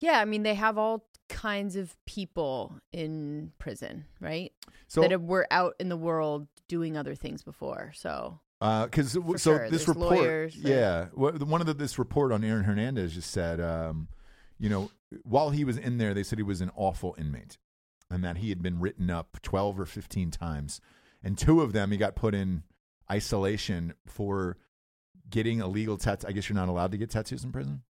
[SPEAKER 2] yeah. I mean, they have all kinds of people in prison, right?
[SPEAKER 1] So,
[SPEAKER 2] that were out in the world doing other things before. So,
[SPEAKER 1] because
[SPEAKER 2] For
[SPEAKER 1] Uh, so
[SPEAKER 2] sure,
[SPEAKER 1] this
[SPEAKER 2] there's
[SPEAKER 1] report,
[SPEAKER 2] lawyers,
[SPEAKER 1] yeah, wha- the- one of the, this report on Aaron Hernandez just said, um, you know, while he was in there, they said he was an awful inmate, and that he had been written up twelve or fifteen times, and two of them he got put in isolation for getting illegal tats. I guess you're not allowed to get tattoos in prison.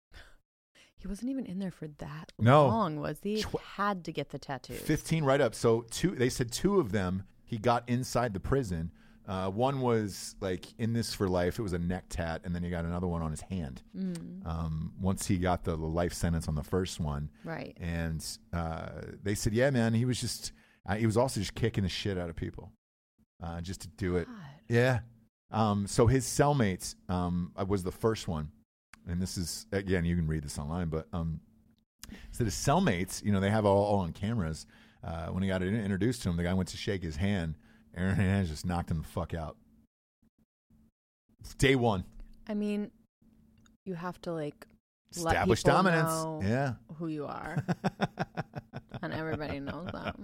[SPEAKER 2] he wasn't even in there for that
[SPEAKER 1] No.
[SPEAKER 2] long, was he?
[SPEAKER 1] Tw-
[SPEAKER 2] had to get the tattoos.
[SPEAKER 1] Fifteen right up. So two, they said two of them he got inside the prison. Uh, one was like in this for life. It was a neck tat, and then he got another one on his hand.
[SPEAKER 2] Mm,
[SPEAKER 1] um, once he got the life sentence on the first one.
[SPEAKER 2] right.
[SPEAKER 1] And uh, they said, yeah, man, he was just, uh, he was also just kicking the shit out of people uh, just to do it.
[SPEAKER 2] God.
[SPEAKER 1] Yeah. Um, so his cellmate um, was the first one. And this is, again, you can read this online, but um, so his cellmates, you know, they have all, all on cameras. Uh, when he got in- introduced to him, the guy went to shake his hand. Aaron Hernandez just knocked him the fuck out. Day one,
[SPEAKER 2] I mean, you have to like let
[SPEAKER 1] established
[SPEAKER 2] people
[SPEAKER 1] dominance.
[SPEAKER 2] know
[SPEAKER 1] Yeah.
[SPEAKER 2] who you are, and everybody knows that.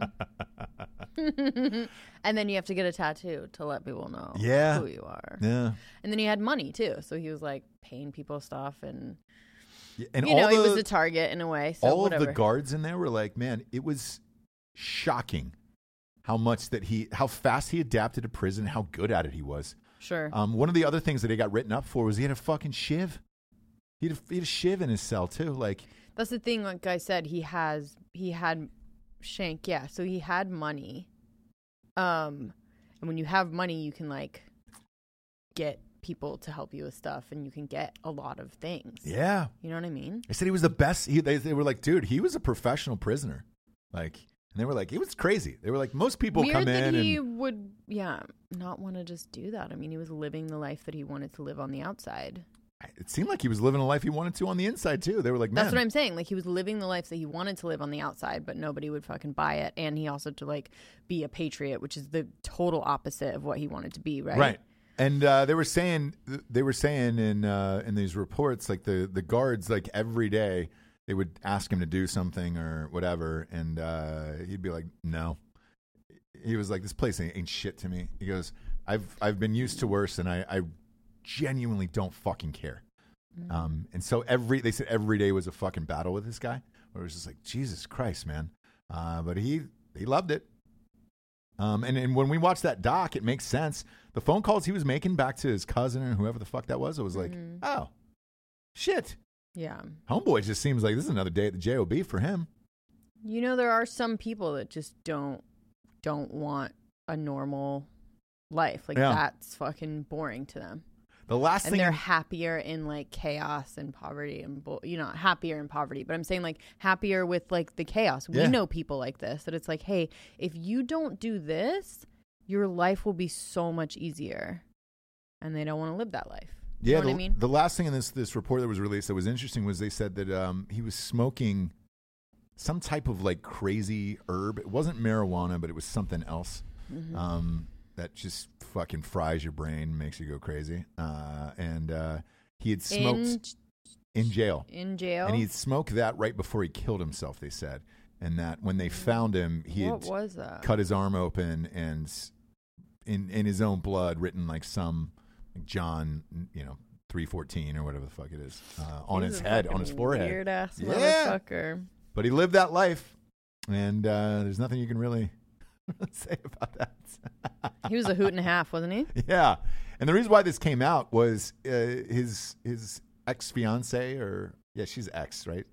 [SPEAKER 2] and then you have to get a tattoo to let people know
[SPEAKER 1] Yeah.
[SPEAKER 2] who you are.
[SPEAKER 1] Yeah.
[SPEAKER 2] And then he had money too, so he was like paying people stuff, and
[SPEAKER 1] Yeah, And
[SPEAKER 2] you
[SPEAKER 1] all
[SPEAKER 2] know
[SPEAKER 1] the,
[SPEAKER 2] he was a target in a way. So
[SPEAKER 1] all
[SPEAKER 2] whatever.
[SPEAKER 1] of the guards in there were like, man, it was shocking how much that he, how fast he adapted to prison, how good at it he was.
[SPEAKER 2] sure.
[SPEAKER 1] Um, one of the other things that he got written up for was he had a fucking shiv. He had a, he had a shiv in his cell too. Like,
[SPEAKER 2] That's the thing. Like I said, he has he had Shank. Yeah, so he had money. Um, and when you have money, you can like get people to help you with stuff and you can get a lot of things.
[SPEAKER 1] Yeah.
[SPEAKER 2] You know what I mean?
[SPEAKER 1] They said he was the best. He, they, they were like, dude, he was a professional prisoner. Like, and they were like, it was crazy. They were like, most people
[SPEAKER 2] Weird
[SPEAKER 1] come
[SPEAKER 2] that
[SPEAKER 1] in
[SPEAKER 2] he
[SPEAKER 1] and
[SPEAKER 2] would, yeah, not want to just do that. I mean, he was living the life that he wanted to live on the outside.
[SPEAKER 1] it seemed like he was living a life he wanted to on the inside too. They were like, man,
[SPEAKER 2] That's what I'm saying. Like he was living the life that he wanted to live on the outside, but nobody would fucking buy it. And he also to like be a patriot, which is the total opposite of what he wanted to be, right?
[SPEAKER 1] Right. And uh, they were saying they were saying in uh, in these reports like the the guards like every day they would ask him to do something or whatever, and uh, he'd be like, "No." He was like, "This place ain't, ain't shit to me." He goes, "I've I've been used to worse, and I, I genuinely don't fucking care."
[SPEAKER 2] Mm.
[SPEAKER 1] Um, and so every they said every day was a fucking battle with this guy. Where it was just like Jesus Christ, man. Uh, but he he loved it. Um, and, and when we watch that doc, it makes sense. The phone calls he was making back to his cousin or whoever the fuck that was, it was like,
[SPEAKER 2] Mm-hmm.
[SPEAKER 1] oh, shit.
[SPEAKER 2] Yeah.
[SPEAKER 1] Homeboy just seems like this is another day at the JOB for him.
[SPEAKER 2] You know, there are some people that just don't don't want a normal life. Like
[SPEAKER 1] Yeah.
[SPEAKER 2] that's fucking boring to them.
[SPEAKER 1] The last
[SPEAKER 2] and
[SPEAKER 1] thing.
[SPEAKER 2] they're happier in like chaos and poverty and bull- you know happier in poverty but i'm saying like happier with like the chaos we
[SPEAKER 1] Yeah.
[SPEAKER 2] know people like this that it's like hey if you don't do this your life will be so much easier and they don't want to live that life you
[SPEAKER 1] yeah,
[SPEAKER 2] know
[SPEAKER 1] the,
[SPEAKER 2] what i mean
[SPEAKER 1] the last thing in this, this report that was released that was interesting was they said that um, he was smoking some type of like crazy herb. It wasn't marijuana, but it was something else.
[SPEAKER 2] Mm-hmm.
[SPEAKER 1] um, that just fucking fries your brain, makes you go crazy. Uh, and uh, he had
[SPEAKER 2] in,
[SPEAKER 1] smoked in jail.
[SPEAKER 2] in jail
[SPEAKER 1] And he'd smoked that right before he killed himself, they said. And that when they found him, he
[SPEAKER 2] what
[SPEAKER 1] had
[SPEAKER 2] was that
[SPEAKER 1] cut his arm open and s- in, in his own blood written like some like John, you know, 314 or whatever the fuck it is uh, on
[SPEAKER 2] He's
[SPEAKER 1] his
[SPEAKER 2] a
[SPEAKER 1] head, on his
[SPEAKER 2] fucking
[SPEAKER 1] forehead.
[SPEAKER 2] weird ass
[SPEAKER 1] Yeah.
[SPEAKER 2] motherfucker
[SPEAKER 1] But he lived that life. And uh, there's nothing you can really say about that.
[SPEAKER 2] he was a hoot and a half wasn't he
[SPEAKER 1] Yeah, and the reason why this came out was uh, his his ex fiance or yeah, she's ex, right?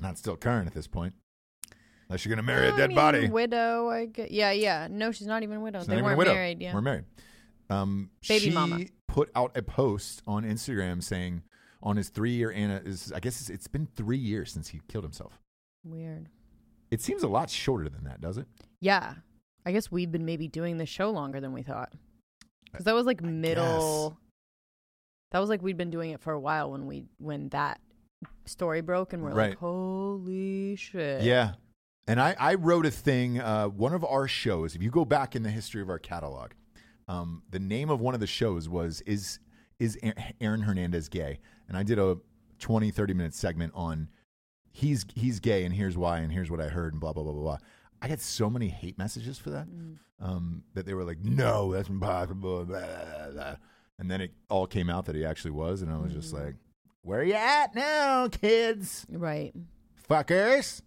[SPEAKER 1] Not still current at this point, unless you're gonna marry a
[SPEAKER 2] Mm-hmm. I
[SPEAKER 1] dead
[SPEAKER 2] mean,
[SPEAKER 1] body.
[SPEAKER 2] widow i gu- yeah yeah no she's not even widowed
[SPEAKER 1] She's
[SPEAKER 2] they
[SPEAKER 1] not even a
[SPEAKER 2] weren't
[SPEAKER 1] widow.
[SPEAKER 2] married yeah
[SPEAKER 1] we're married. Um,
[SPEAKER 2] Baby
[SPEAKER 1] she
[SPEAKER 2] mama.
[SPEAKER 1] put out a post on Instagram saying on his three year Anna is I guess it's, it's been three years since he killed himself.
[SPEAKER 2] weird
[SPEAKER 1] It seems a lot shorter than that, does it?
[SPEAKER 2] Yeah. I guess we've been maybe doing the show longer than we thought. Because that was like
[SPEAKER 1] I
[SPEAKER 2] middle. That was like we'd been doing it for a while when we when that story broke and we're
[SPEAKER 1] Right.
[SPEAKER 2] like, holy shit.
[SPEAKER 1] Yeah. And I, I wrote a thing, uh, one of our shows, if you go back in the history of our catalog, um, the name of one of the shows was Is Is A- Aaron Hernandez Gay? And I did a 20, 30 minute segment on he's he's gay and here's why and here's what I heard and blah blah blah blah blah. I got so many hate messages for that. Um, that they were like, No, that's impossible, blah, blah, blah. And then it all came out that he actually was, and I was just like, Where you at now, kids?
[SPEAKER 2] Right.
[SPEAKER 1] fuckers.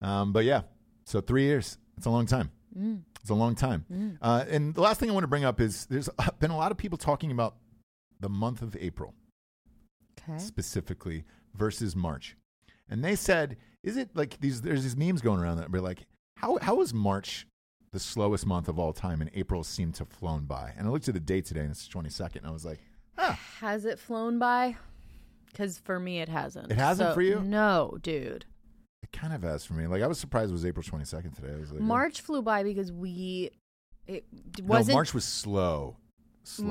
[SPEAKER 1] Um, but yeah, so three years. It's a long time.
[SPEAKER 2] Mm.
[SPEAKER 1] It's a long time. Uh, and the last thing I want to bring up is there's been a lot of people talking about the month of April
[SPEAKER 2] Okay.
[SPEAKER 1] specifically versus March. And they said, is it like these, there's these memes going around that were like, how, how is March the slowest month of all time and April seemed to have flown by? And I looked at the date today and it's the 22nd and I was like, huh,
[SPEAKER 2] Has it flown by? Because for me, it hasn't.
[SPEAKER 1] It hasn't
[SPEAKER 2] So-
[SPEAKER 1] for you?
[SPEAKER 2] No, dude.
[SPEAKER 1] it kind of has for me. Like I was surprised it was April 22nd today. I was like,
[SPEAKER 2] March flew by because we. It d-
[SPEAKER 1] no,
[SPEAKER 2] wasn't.
[SPEAKER 1] March was slow. Slow.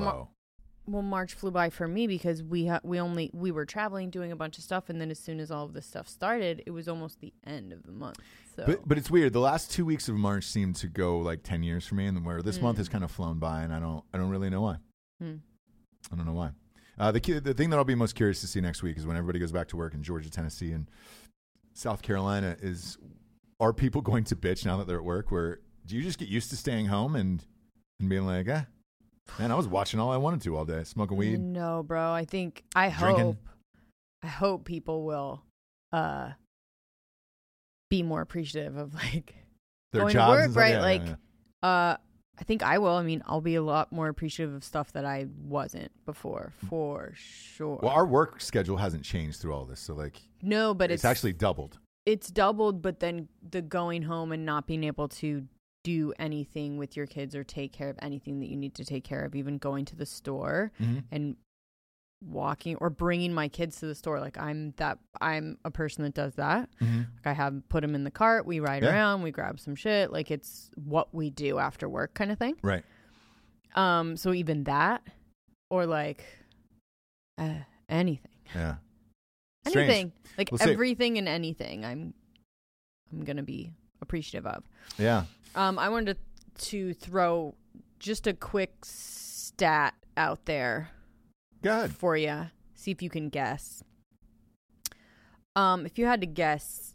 [SPEAKER 2] well march flew by for me because we ha- we only we were traveling doing a bunch of stuff and then as soon as all of this stuff started it was almost the end of the month so
[SPEAKER 1] But but it's weird. The last two weeks of March seem to go like ten years for me, and where this month has kind of flown by, and I don't I don't really know why.
[SPEAKER 2] Mm. Hmm.
[SPEAKER 1] I don't know why. Uh, the cu- the thing that I'll be most curious to see next week is when everybody goes back to work in Georgia, Tennessee, and South Carolina. Is are people going to bitch now that they're at work? Where do you just get used to staying home and and being like, eh, man, I was watching all I wanted to all day, smoking weed.
[SPEAKER 2] no bro i think Mm, i
[SPEAKER 1] Drinking.
[SPEAKER 2] hope i hope people will uh be more appreciative of like
[SPEAKER 1] Their
[SPEAKER 2] Going to
[SPEAKER 1] jobs,
[SPEAKER 2] work,
[SPEAKER 1] and stuff.
[SPEAKER 2] right,
[SPEAKER 1] Yeah, yeah,
[SPEAKER 2] like-
[SPEAKER 1] yeah.
[SPEAKER 2] uh i think i will i mean i'll be a lot more appreciative of stuff that i wasn't before for sure
[SPEAKER 1] Well, our work schedule hasn't changed through all this, so like
[SPEAKER 2] no but
[SPEAKER 1] it's actually doubled.
[SPEAKER 2] it's doubled, but then the going home and not being able to do anything with your kids or take care of anything that you need to take care of, even going to the store
[SPEAKER 1] Mm-hmm,
[SPEAKER 2] and walking or bringing my kids to the store. Like I'm that I'm a person that does that.
[SPEAKER 1] mm-hmm.
[SPEAKER 2] Like I have put them in the cart, we ride
[SPEAKER 1] Yeah.
[SPEAKER 2] around, we grab some shit. Like it's what we do after work kind of thing.
[SPEAKER 1] Right.
[SPEAKER 2] Um, so even that, or like uh, anything,
[SPEAKER 1] Yeah. Strange.
[SPEAKER 2] anything, like
[SPEAKER 1] We'll see.
[SPEAKER 2] everything and anything, I'm, I'm gonna be appreciative of.
[SPEAKER 1] Yeah.
[SPEAKER 2] Um, I wanted to, to throw just a quick stat out there
[SPEAKER 1] Good.
[SPEAKER 2] for you, see if you can guess. Um, if you had to guess,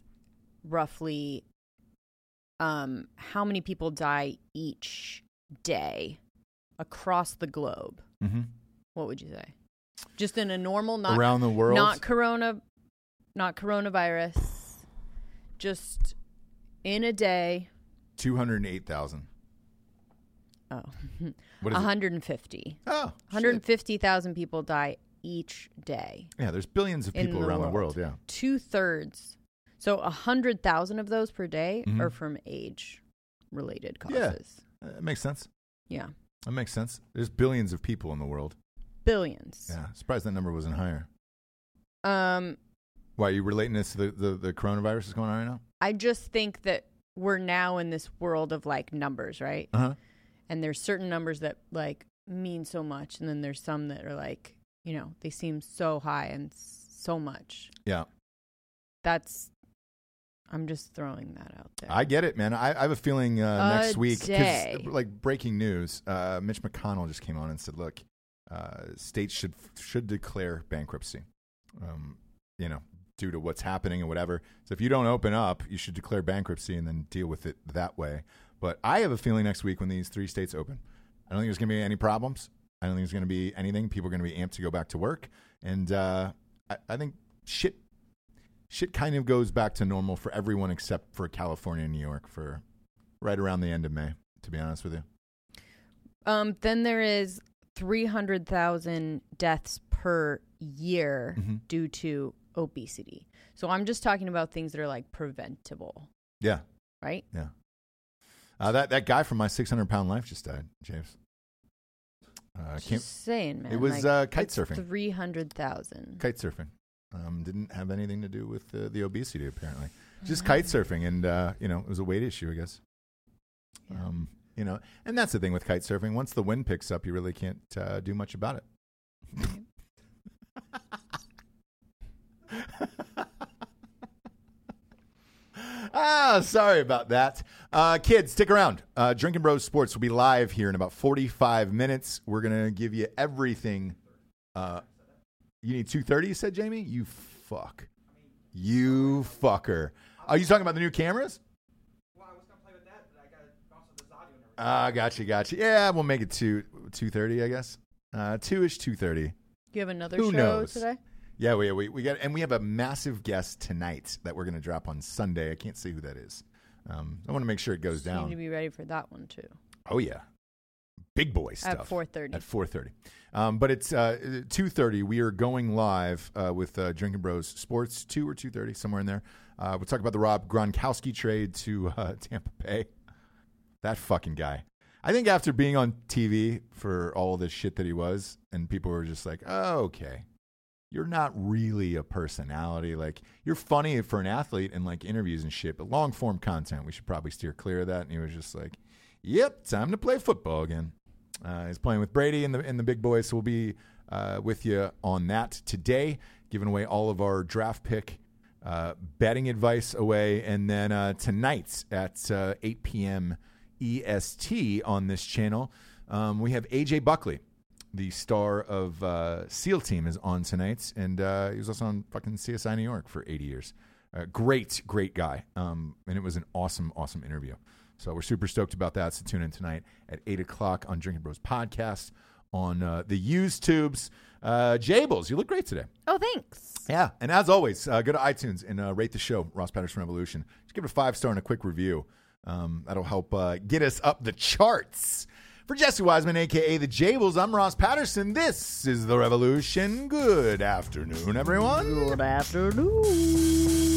[SPEAKER 2] roughly, um, how many people die each day across the globe?
[SPEAKER 1] Mm-hmm.
[SPEAKER 2] what would you say? Just in a normal, not
[SPEAKER 1] Around the world.
[SPEAKER 2] not corona, not coronavirus, just in a day.
[SPEAKER 1] 208,000.
[SPEAKER 2] Oh,
[SPEAKER 1] What is it?
[SPEAKER 2] 150.
[SPEAKER 1] Oh, shit.
[SPEAKER 2] 150,000 people die each day.
[SPEAKER 1] Yeah, there's billions of
[SPEAKER 2] in
[SPEAKER 1] people
[SPEAKER 2] the
[SPEAKER 1] around
[SPEAKER 2] world.
[SPEAKER 1] the world.
[SPEAKER 2] Two thirds. So 100,000 of those per day
[SPEAKER 1] Mhm.
[SPEAKER 2] are from age related
[SPEAKER 1] Yeah.
[SPEAKER 2] causes.
[SPEAKER 1] Yeah. That makes sense.
[SPEAKER 2] Yeah.
[SPEAKER 1] That makes sense. There's billions of people in the world.
[SPEAKER 2] Billions.
[SPEAKER 1] Yeah. Surprised that number wasn't higher.
[SPEAKER 2] Um,
[SPEAKER 1] Why are you relating this to the, the, the coronavirus that's going on right now?
[SPEAKER 2] I just think that we're now in this world of like numbers, right?
[SPEAKER 1] Uh huh.
[SPEAKER 2] and there's certain numbers that like mean so much and then there's some that are like you know they seem so high and s- so much
[SPEAKER 1] Yeah.
[SPEAKER 2] that's i'm just throwing that out there
[SPEAKER 1] I get it, man. I, I have a feeling uh,
[SPEAKER 2] A
[SPEAKER 1] next week, 'cause,
[SPEAKER 2] day.
[SPEAKER 1] like breaking news, uh, Mitch McConnell just came on and said, "Look, uh, states should should declare bankruptcy, um, you know, due to what's happening and whatever. So if you don't open up, you should declare bankruptcy and then deal with it that way." But I have a feeling next week when these three states open, I don't think there's going to be any problems. I don't think there's going to be anything. People are going to be amped to go back to work, and uh, I, I think shit shit kind of goes back to normal for everyone except for California and New York for right around the end of May, to be honest with you.
[SPEAKER 2] um then there is 300,000 deaths per year
[SPEAKER 1] Mhm.
[SPEAKER 2] due to obesity so i'm just talking about things that are like preventable
[SPEAKER 1] Yeah.
[SPEAKER 2] right
[SPEAKER 1] Yeah. Uh, that, that guy from my 600 pound life just died, James. Uh,
[SPEAKER 2] just
[SPEAKER 1] can't,
[SPEAKER 2] saying man
[SPEAKER 1] it was,
[SPEAKER 2] like,
[SPEAKER 1] uh, kite
[SPEAKER 2] it's
[SPEAKER 1] surfing.
[SPEAKER 2] 300,000
[SPEAKER 1] kite surfing. Um, didn't have anything to do with the, the obesity, apparently. Just kite surfing. And, uh, you know, it was a weight issue, I guess.
[SPEAKER 2] Yeah.
[SPEAKER 1] Um, you know, and that's the thing with kite surfing. Once the wind picks up, you really can't uh, do much about it. ah, sorry about that. Uh, kids, stick around. Uh, Drinking Bros Sports will be live here in about 45 minutes. We're going to give you everything. Uh, you need 230, you said, Jamie? You fuck. You fucker. Are you talking about the new cameras? Ah, gotcha, gotcha. Yeah, we'll make it two two thirty, I guess. Uh, two ish, two thirty.
[SPEAKER 2] you have another
[SPEAKER 1] Who
[SPEAKER 2] show
[SPEAKER 1] knows?
[SPEAKER 2] today
[SPEAKER 1] Yeah, we we we got, and we have a massive guest tonight that we're going to drop on Sunday. I can't say who that is. Um, I want to make sure it goes
[SPEAKER 2] So you need to
[SPEAKER 1] down.
[SPEAKER 2] be ready for that one too
[SPEAKER 1] oh yeah, big boy stuff
[SPEAKER 2] 4:30.
[SPEAKER 1] At four thirty, um, but it's uh, two thirty. We are going live uh, with uh, Drinking Bros Sports two or two thirty somewhere in there. Uh, we'll talk about the Rob Gronkowski trade to uh, Tampa Bay. That fucking guy. I think after being on TV for all the shit that he was, and people were just like, oh, okay, you're not really a personality. Like, you're funny for an athlete and like interviews and shit, but long form content, we should probably steer clear of that. And he was just like, yep, time to play football again. Uh, he's playing with Brady and the, and the big boys, so we'll be uh, with you on that today, giving away all of our draft pick uh, betting advice away. And then uh, tonight at uh, 8 p.m. EST E on this channel, um, we have AJ Buckley, the star of uh, SEAL Team, is on tonight. And uh, he was also on fucking CSI New York for 80 years. Uh, great, great guy. Um, and it was an awesome, awesome interview. So we're super stoked about that. So tune in tonight at 8 o'clock on Drinking Bros Podcast on uh, the used tubes. Uh, Jables, you look great today.
[SPEAKER 2] oh thanks
[SPEAKER 1] Yeah, and as always, uh, go to iTunes and uh, rate the show, Ross Patterson Revolution. Just give it a five star and a quick review. Um, that'll help uh, get us up the charts. For Jesse Wiseman, aka the Jables, I'm Ross Patterson. This is the Revolution. Good afternoon, everyone.
[SPEAKER 3] Good afternoon.